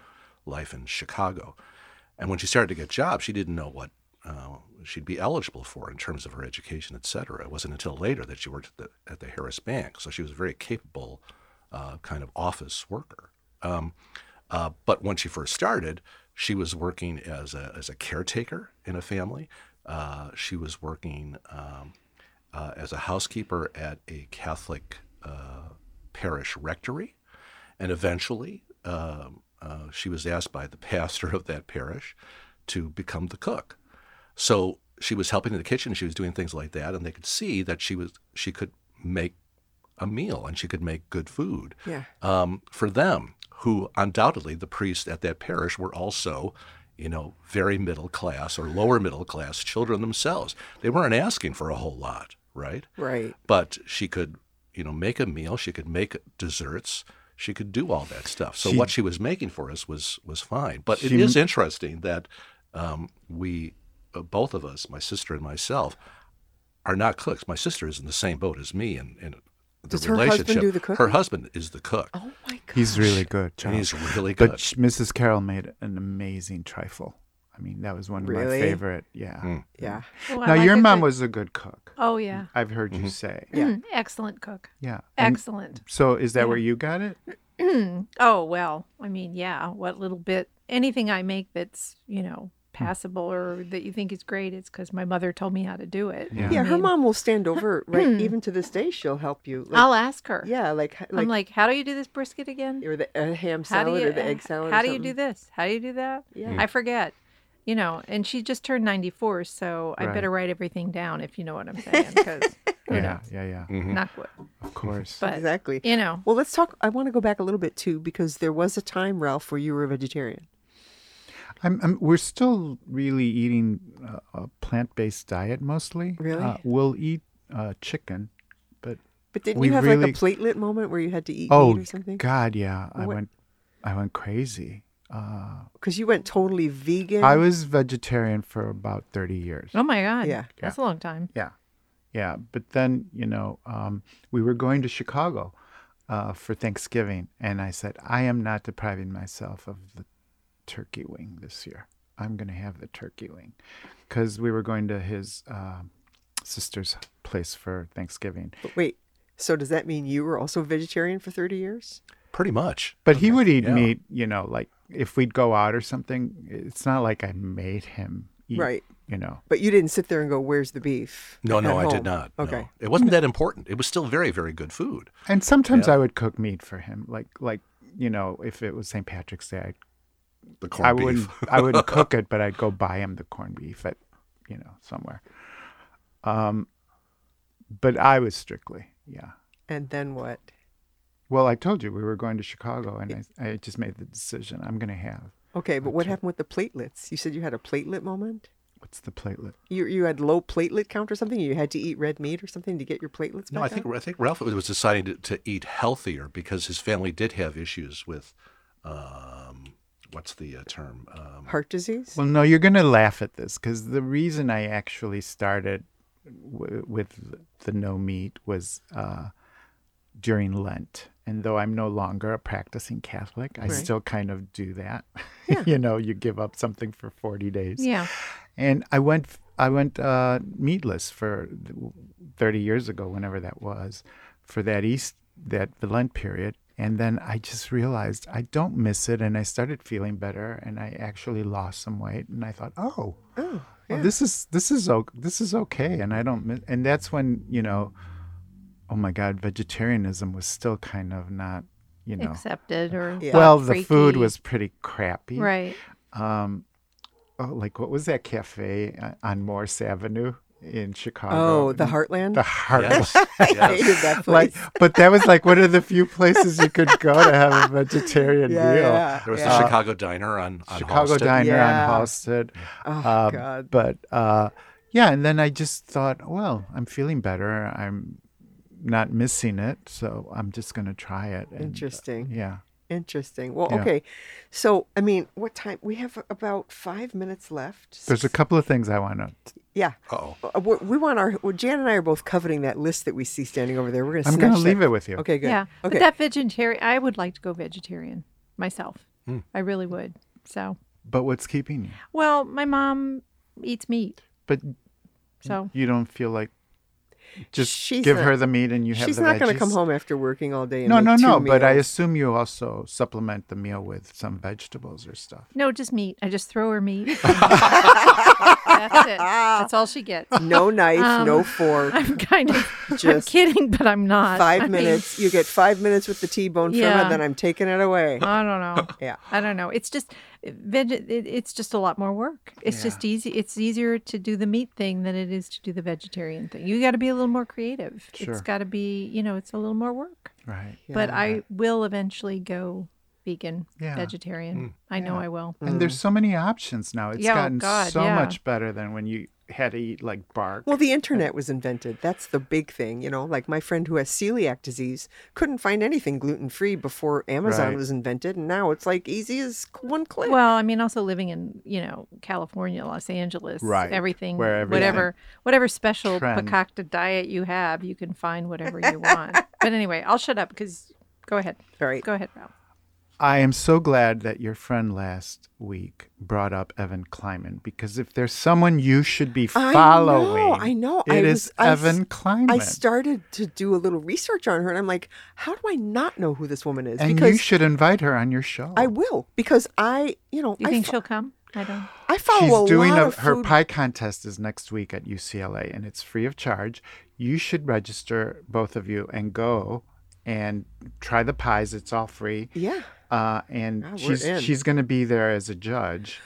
Speaker 4: life in Chicago. And when she started to get jobs, she didn't know what uh, she'd be eligible for in terms of her education, et cetera. It wasn't until later that she worked at the, at the Harris Bank, so she was a very capable uh, kind of office worker. Um, uh, but when she first started, she was working as a, as a caretaker in a family. Uh, she was working um, uh, as a housekeeper at a Catholic uh, parish rectory. And eventually, um, uh, she was asked by the [laughs] pastor of that parish to become the cook. So she was helping in the kitchen. She was doing things like that, and they could see that she was she could make a meal and she could make good food
Speaker 1: Yeah.
Speaker 4: um, for them, who undoubtedly the priests at that parish were also, you know, very middle class or lower middle class children themselves. They weren't asking for a whole lot, right?
Speaker 1: Right.
Speaker 4: But she could, you know, make a meal. She could make desserts. She could do all that stuff. So
Speaker 3: She-
Speaker 4: what she was making for us was was fine. But it
Speaker 3: She-
Speaker 4: is interesting that um, we, uh, both of us, my sister and myself, are not cooks. My sister is in the same boat as me, and, and the
Speaker 1: Does her husband
Speaker 4: relationship.
Speaker 1: do the cooking?
Speaker 4: Her husband is the cook.
Speaker 1: Oh my God.
Speaker 3: He's really good, John.
Speaker 4: And he's really good.
Speaker 3: But sh Mrs. Carroll made an amazing trifle. I mean, that was one of
Speaker 1: Really?
Speaker 3: my favorite.
Speaker 4: Hmm.
Speaker 3: Yeah.
Speaker 1: Yeah.
Speaker 2: Oh, I
Speaker 3: Now
Speaker 2: like
Speaker 3: your
Speaker 2: a
Speaker 3: mom
Speaker 2: good-
Speaker 3: was a good cook.
Speaker 2: Oh yeah.
Speaker 3: I've heard you say.
Speaker 1: Yeah.
Speaker 2: Mm, [clears throat] excellent cook.
Speaker 3: Yeah. And
Speaker 2: Excellent.
Speaker 3: so is that where you got
Speaker 1: [laughs]
Speaker 3: it?
Speaker 1: [clears throat]
Speaker 2: oh well. I mean, yeah. What little bit? Anything I make that's you know
Speaker 1: Hmm.
Speaker 2: passable or that you think is great, it's because my mother told me how to do it.
Speaker 3: Yeah.
Speaker 2: I
Speaker 1: Yeah. Her
Speaker 2: mean,
Speaker 1: mom will stand over, right? Even to this day, she'll help you. Like,
Speaker 2: Hmm. I'll ask her.
Speaker 1: yeah. Like, like,
Speaker 2: I'm like, how do you do this brisket again?
Speaker 1: or the uh, ham
Speaker 2: How do
Speaker 1: salad
Speaker 2: you
Speaker 1: or the egg salad.
Speaker 2: How
Speaker 1: or
Speaker 2: do you do this? How do you do that?
Speaker 1: Yeah.
Speaker 2: I forget. You know, and she just turned 94, so I
Speaker 3: Right.
Speaker 2: better write everything down if you know what I'm saying, because
Speaker 1: [laughs]
Speaker 3: Yeah. Yeah. Yeah.
Speaker 2: knock wood.
Speaker 3: Of course.
Speaker 2: But
Speaker 1: Exactly.
Speaker 2: you know,
Speaker 1: Well, let's talk. I want to go back a little bit too, because there was a time, Ralph, where you were a vegetarian.
Speaker 3: I'm, I'm, we're still really eating uh, a plant-based diet mostly.
Speaker 1: Really?
Speaker 3: Uh, we'll eat uh, chicken, but
Speaker 1: But didn't
Speaker 3: We
Speaker 1: you have
Speaker 3: really-
Speaker 1: like a platelet moment where you had to eat
Speaker 4: Oh,
Speaker 1: meat or something?
Speaker 3: God, yeah. I
Speaker 1: What-
Speaker 3: went, I went crazy. Uh,
Speaker 1: Because you went totally vegan.
Speaker 3: I was vegetarian for about thirty years.
Speaker 2: oh my god,
Speaker 1: Yeah.
Speaker 2: that's a long time.
Speaker 3: Yeah, yeah. But then you know, um, we were going to Chicago uh, for Thanksgiving, and I said, I am not depriving myself of the turkey wing this year. I'm going to have the turkey wing because we were going to his uh, sister's place for Thanksgiving.
Speaker 1: But wait. So does that mean you were also vegetarian for thirty years?
Speaker 4: Pretty much.
Speaker 3: But he would eat
Speaker 4: yeah.
Speaker 3: meat, you know, like if we'd go out or something. It's not like I made him eat,
Speaker 1: Right.
Speaker 3: You know.
Speaker 1: But you didn't sit there and go, "Where's the beef?"
Speaker 4: No,
Speaker 1: at
Speaker 4: no, I
Speaker 1: home?"
Speaker 4: did not. no.
Speaker 1: Okay.
Speaker 4: It wasn't that important. It was still very, very good food.
Speaker 3: And sometimes I would cook meat for him, like like you know, if it was St. Patrick's Day, I'd
Speaker 4: The
Speaker 3: I
Speaker 4: corned beef.
Speaker 3: wouldn't I
Speaker 4: [laughs]
Speaker 3: wouldn't cook it, but I'd go buy him the corned beef at you know somewhere. Um, but I was strictly yeah.
Speaker 1: And then what?
Speaker 3: Well, I told you we were going to Chicago, and I, I just made the decision. I'm going to have
Speaker 1: Okay, but what happened with the platelets? You said you had a platelet moment.
Speaker 3: what's the platelet?
Speaker 1: You you had low platelet count or something. You had to eat red meat or something to get your platelets.
Speaker 4: No, I
Speaker 1: back
Speaker 4: think
Speaker 1: up?
Speaker 4: I think Ralph was deciding to, to eat healthier because his family did have issues with, um, what's the uh, term? Um,
Speaker 1: heart disease.
Speaker 3: Well, no, you're going to laugh at this because the reason I actually started w- with the no meat was uh, during Lent. And though I'm no longer a practicing Catholic, I
Speaker 1: Right.
Speaker 3: still kind of do that. [laughs] you know, you give up something for 40 days.
Speaker 2: Yeah,
Speaker 3: and I went I went uh, meatless for th- 30 years ago, whenever that was, for that East that the Lent period, and then I just realized I don't miss it, and I started feeling better, and I actually lost some weight, and I thought, oh,
Speaker 1: Oh,
Speaker 3: well, this is this is o- this is okay, and I don't miss, and that's when you know, oh my God, vegetarianism was still kind of not, you know.
Speaker 2: accepted or
Speaker 1: Yeah.
Speaker 3: Well, the food
Speaker 2: freaky.
Speaker 3: was pretty crappy
Speaker 2: right.
Speaker 3: um, oh, like what was that cafe uh, on Morse Avenue in Chicago?
Speaker 1: oh, the Heartland.
Speaker 3: the heart.
Speaker 4: yes.
Speaker 1: I
Speaker 4: [laughs] yes.
Speaker 1: hated [laughs] that place.
Speaker 4: [laughs]
Speaker 3: Like, but that was like one of the few places you could go to have a vegetarian
Speaker 1: [laughs] yeah,
Speaker 3: meal.
Speaker 1: yeah,
Speaker 4: There was
Speaker 1: yeah.
Speaker 4: the Chicago Diner on, on
Speaker 3: Chicago
Speaker 4: Halsted.
Speaker 3: diner
Speaker 1: Yeah.
Speaker 3: on Halsted.
Speaker 1: Oh,
Speaker 4: Um,
Speaker 3: Uh,
Speaker 1: God.
Speaker 3: But uh, yeah, and then I just thought, well, I'm feeling better. I'm not missing it, so I'm just going to try it. And, uh,
Speaker 1: Interesting.
Speaker 3: yeah.
Speaker 1: Interesting. Well,
Speaker 3: Yeah.
Speaker 1: okay. So, I mean, what time? We have about five minutes left.
Speaker 3: There's a couple of things I want to.
Speaker 1: yeah.
Speaker 4: Oh,
Speaker 1: Uh, we- We want our. Well, Jan and I are both coveting that list that we see standing over there. We're going to.
Speaker 3: I'm going to leave it with you.
Speaker 1: Okay. Good.
Speaker 2: Yeah.
Speaker 1: Okay.
Speaker 2: But that vegetarian, I would like to go vegetarian myself.
Speaker 1: Hmm.
Speaker 2: I really would. So,
Speaker 3: But what's keeping you?
Speaker 2: well, my mom eats meat.
Speaker 3: But
Speaker 1: Hmm.
Speaker 2: So,
Speaker 3: you don't feel like just
Speaker 1: She's
Speaker 3: give
Speaker 1: not-
Speaker 3: her the meat and you have
Speaker 1: She's
Speaker 3: the
Speaker 1: not going to come
Speaker 3: veggies?
Speaker 1: home after working all day. And
Speaker 3: No,
Speaker 1: make
Speaker 3: no,
Speaker 1: two
Speaker 3: no. But I
Speaker 1: meals.
Speaker 3: assume you also supplement the meal with some vegetables or stuff.
Speaker 2: no, just meat. I just throw her
Speaker 1: [laughs]
Speaker 2: meat. That's it. That's all she gets. [laughs]
Speaker 1: no knife,
Speaker 2: Um,
Speaker 1: no fork.
Speaker 2: I'm kind of I'm
Speaker 1: Just
Speaker 2: kidding, but I'm not. I
Speaker 1: Five
Speaker 2: mean,
Speaker 1: minutes. You get five minutes with the T-bone trimmer,
Speaker 2: Yeah.
Speaker 1: then I'm taking it away.
Speaker 2: I don't know.
Speaker 1: Yeah.
Speaker 2: I don't know. It's just veg. It, it's just a lot more work. It's just easy. It's easier to do the meat thing than it is to do the vegetarian thing. You got to be a little more creative.
Speaker 3: Sure.
Speaker 2: It's got to be. You know, it's a little more work.
Speaker 3: Right.
Speaker 2: But I will eventually go vegan,
Speaker 3: Yeah.
Speaker 1: Mm.
Speaker 2: vegetarian. I know I will.
Speaker 3: And there's so many options now. It's
Speaker 2: Yeah, oh
Speaker 3: gotten
Speaker 2: God,
Speaker 3: so
Speaker 2: yeah.
Speaker 3: much better than when you had to eat like bark.
Speaker 1: Well, the internet was invented. That's the big thing, you know. Like my friend who has celiac disease couldn't find anything gluten free before Amazon
Speaker 3: Right.
Speaker 1: was invented, and now it's like easy as c- one click.
Speaker 2: Well, I mean, also living in you know California, Los Angeles,
Speaker 3: Right,
Speaker 2: Everything,
Speaker 3: where everything-
Speaker 1: [laughs]
Speaker 2: whatever, whatever special
Speaker 3: Trend.
Speaker 2: pacocta diet you have, you can find whatever
Speaker 1: [laughs]
Speaker 2: you want. but anyway, I'll shut up because go ahead,
Speaker 1: All right.
Speaker 2: go ahead, Ralph.
Speaker 3: I am so glad that your friend last week brought up Evan Kleiman because if there's someone you should be
Speaker 1: I know,
Speaker 3: following,
Speaker 1: I know. I
Speaker 3: it
Speaker 1: was-
Speaker 3: is
Speaker 1: I s-
Speaker 3: Evan Kleiman.
Speaker 1: I started to do a little research on her, and I'm like, how do I not know who this woman is?
Speaker 3: and
Speaker 1: because
Speaker 3: you should invite her on your show.
Speaker 1: I will, because I, you know,
Speaker 2: You
Speaker 1: I,
Speaker 2: think
Speaker 1: fo-
Speaker 2: she'll come? I don't.
Speaker 1: I follow
Speaker 3: She's
Speaker 1: a
Speaker 3: doing
Speaker 1: lot
Speaker 3: a,
Speaker 1: of
Speaker 3: her
Speaker 1: food-
Speaker 3: pie contest is next week at UCLA and it's free of charge. You should register both of you and go and try the pies. It's all free.
Speaker 1: Yeah.
Speaker 3: Uh, and
Speaker 1: Ah, we're in.
Speaker 3: she's she's going to be there as a judge.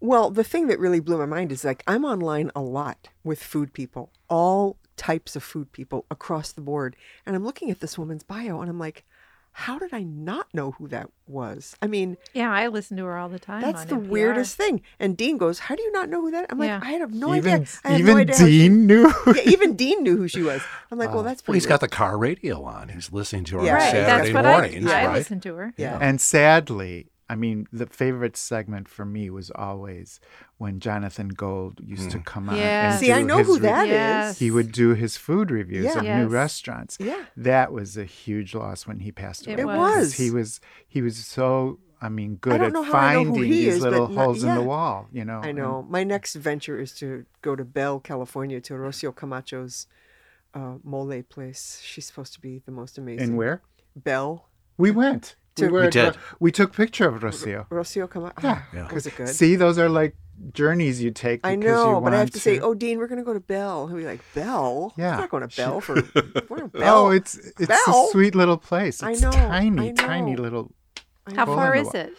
Speaker 1: Well, the thing that really blew my mind is like I'm online a lot with food people, all types of food people across the board. And I'm looking at this woman's bio and I'm like, how did I not know who that was? I mean,
Speaker 2: Yeah, I listen to her all the time.
Speaker 1: that's
Speaker 2: on
Speaker 1: the
Speaker 2: NPR.
Speaker 1: weirdest thing. And Dean goes, How do you not know who that? I'm like,
Speaker 2: Yeah.
Speaker 1: I have no
Speaker 3: even
Speaker 1: idea. I have
Speaker 3: even
Speaker 1: no idea how she-
Speaker 3: Dean knew.
Speaker 1: [laughs] yeah, even Dean knew who she was. I'm
Speaker 3: [laughs]
Speaker 1: like, Well, that's
Speaker 4: well,
Speaker 1: pretty
Speaker 4: he's got
Speaker 1: weird."
Speaker 4: the car radio on. He's listening to her
Speaker 1: Yeah.
Speaker 4: on
Speaker 2: Right,
Speaker 4: Saturday
Speaker 2: that's what
Speaker 4: mornings,
Speaker 2: I, I
Speaker 4: right?
Speaker 2: listen to her.
Speaker 3: [laughs]
Speaker 1: yeah.
Speaker 3: And sadly, I mean, the favorite segment for me was always when Jonathan Gold used to come on.
Speaker 2: Yeah.
Speaker 3: and
Speaker 1: See, I
Speaker 3: do
Speaker 1: know
Speaker 3: his
Speaker 1: who
Speaker 3: re-
Speaker 1: that is.
Speaker 2: Yes.
Speaker 3: He would do his food reviews
Speaker 1: Yeah.
Speaker 3: of new
Speaker 2: Yes.
Speaker 3: restaurants.
Speaker 1: Yeah.
Speaker 3: That was a huge loss when he passed away.
Speaker 2: It
Speaker 3: because
Speaker 1: was.
Speaker 3: He was he was so I mean
Speaker 1: I
Speaker 3: good
Speaker 1: don't
Speaker 3: at
Speaker 1: know how I know who
Speaker 3: finding
Speaker 1: he
Speaker 3: these
Speaker 1: is, but
Speaker 3: little
Speaker 1: not-
Speaker 3: holes in
Speaker 1: yeah.
Speaker 3: the wall, you know.
Speaker 1: I
Speaker 3: and-
Speaker 1: know. My next venture is to go to Bell, California, to Rocio Camacho's uh, mole place. She's supposed to be the most amazing.
Speaker 3: And where?
Speaker 1: Bell.
Speaker 3: We went.
Speaker 1: To-
Speaker 3: were
Speaker 4: We
Speaker 3: at-
Speaker 4: did.
Speaker 3: we took picture of Rocio.
Speaker 1: Rocio Camacho.
Speaker 4: Yeah.
Speaker 1: Was it good?
Speaker 3: See, those are like journeys you take.
Speaker 1: I
Speaker 3: because you
Speaker 1: know, but I have
Speaker 3: want
Speaker 1: to, say, oh, Dean, we're going to go to Bell. He'll be like, Bell?
Speaker 3: Yeah.
Speaker 1: I'm not going to
Speaker 3: She-
Speaker 1: Bell
Speaker 3: [laughs]
Speaker 1: for. we're in Bell.
Speaker 3: Oh, it's it's
Speaker 1: Bell?
Speaker 3: a sweet little place.
Speaker 1: I
Speaker 3: It's
Speaker 1: know,
Speaker 3: tiny,
Speaker 1: I
Speaker 3: tiny
Speaker 1: know.
Speaker 3: little.
Speaker 1: I
Speaker 2: How
Speaker 1: know.
Speaker 2: far
Speaker 3: Well,
Speaker 2: is it?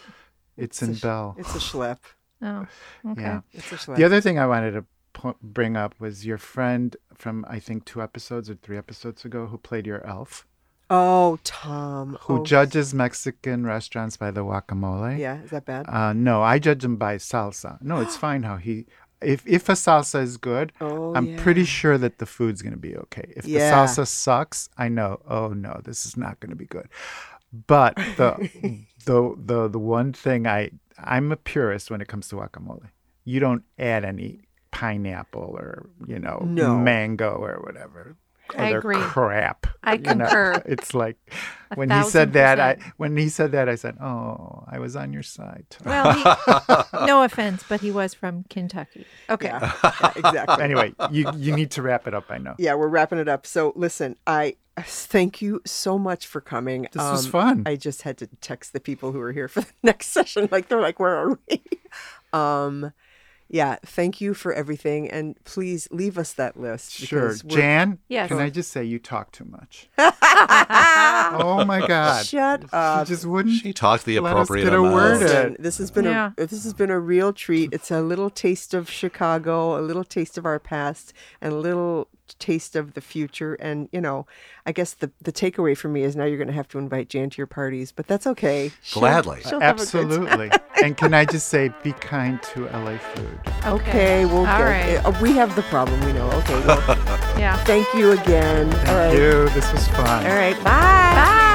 Speaker 3: It's,
Speaker 1: a
Speaker 3: in
Speaker 1: sh-
Speaker 3: Bell.
Speaker 1: It's a schlep.
Speaker 2: Oh, okay.
Speaker 3: Yeah.
Speaker 1: It's a schlep.
Speaker 3: The other thing I wanted to po- bring up was your friend from I think two episodes or three episodes ago who played your elf,
Speaker 1: oh, Tom.
Speaker 3: who
Speaker 1: oh,
Speaker 3: judges Mexican restaurants by the guacamole.
Speaker 1: Yeah, is that bad?
Speaker 3: Uh, no, I judge him by salsa. No,
Speaker 1: [gasps]
Speaker 3: it's fine how he. If if a salsa is good,
Speaker 1: Oh,
Speaker 3: I'm
Speaker 1: yeah.
Speaker 3: pretty sure that the food's going to be okay. If
Speaker 1: Yeah.
Speaker 3: the salsa sucks, I know. Oh no, this is not going to be good. But
Speaker 1: [laughs]
Speaker 3: the the the the one thing I I'm a purist when it comes to guacamole. You don't add any pineapple or you know
Speaker 1: No.
Speaker 3: mango or whatever.
Speaker 2: I
Speaker 3: other
Speaker 2: agree.
Speaker 3: Crap.
Speaker 2: I
Speaker 3: you know?
Speaker 2: concur.
Speaker 3: [laughs] It's like
Speaker 2: A
Speaker 3: when he
Speaker 2: thousand
Speaker 3: said that. I
Speaker 2: percent.
Speaker 3: when he said that, I said, "Oh, I was on your side." Tom."
Speaker 2: Well,
Speaker 1: [laughs]
Speaker 2: he, no offense, but he was from Kentucky. Okay.
Speaker 3: [laughs]
Speaker 1: Yeah, yeah, exactly.
Speaker 3: anyway, you you need to wrap it up. I know
Speaker 1: Yeah, we're wrapping it up. So listen, I thank you so much for coming. Um,
Speaker 3: this was fun.
Speaker 1: I just had to text the people who were here for [laughs] the next session. Like they're like, where are we? [laughs] Um, yeah, thank you for everything, and please leave us that list.
Speaker 3: Sure,
Speaker 1: [laughs] because we're-
Speaker 3: Jan.
Speaker 2: Yes.
Speaker 3: Can I just say you talk too
Speaker 1: [laughs]
Speaker 3: much? oh my God!
Speaker 1: Shut
Speaker 3: [laughs]
Speaker 1: up.
Speaker 3: she just wouldn't.
Speaker 4: She talked the
Speaker 3: Let us
Speaker 4: appropriate
Speaker 3: get a
Speaker 4: amount.
Speaker 3: word in.
Speaker 1: Listen, this has been
Speaker 2: Yeah.
Speaker 1: a this has been a real treat. It's a little taste of Chicago, a little taste of our past, and a little taste of the future. And you know, I guess the the takeaway for me is now you're going to have to invite Jan to your parties, but that's okay. She'll-
Speaker 4: Gladly.
Speaker 1: she'll have a good time.
Speaker 3: Absolutely. and can I just say, be kind to LA food.
Speaker 1: Okay, we'll
Speaker 2: All
Speaker 1: get
Speaker 2: right.
Speaker 1: uh, We have the problem, we know. Okay, well,
Speaker 2: [laughs] Yeah.
Speaker 1: thank you again. All right.
Speaker 3: Thank you. This was fun.
Speaker 1: All right,
Speaker 2: Bye.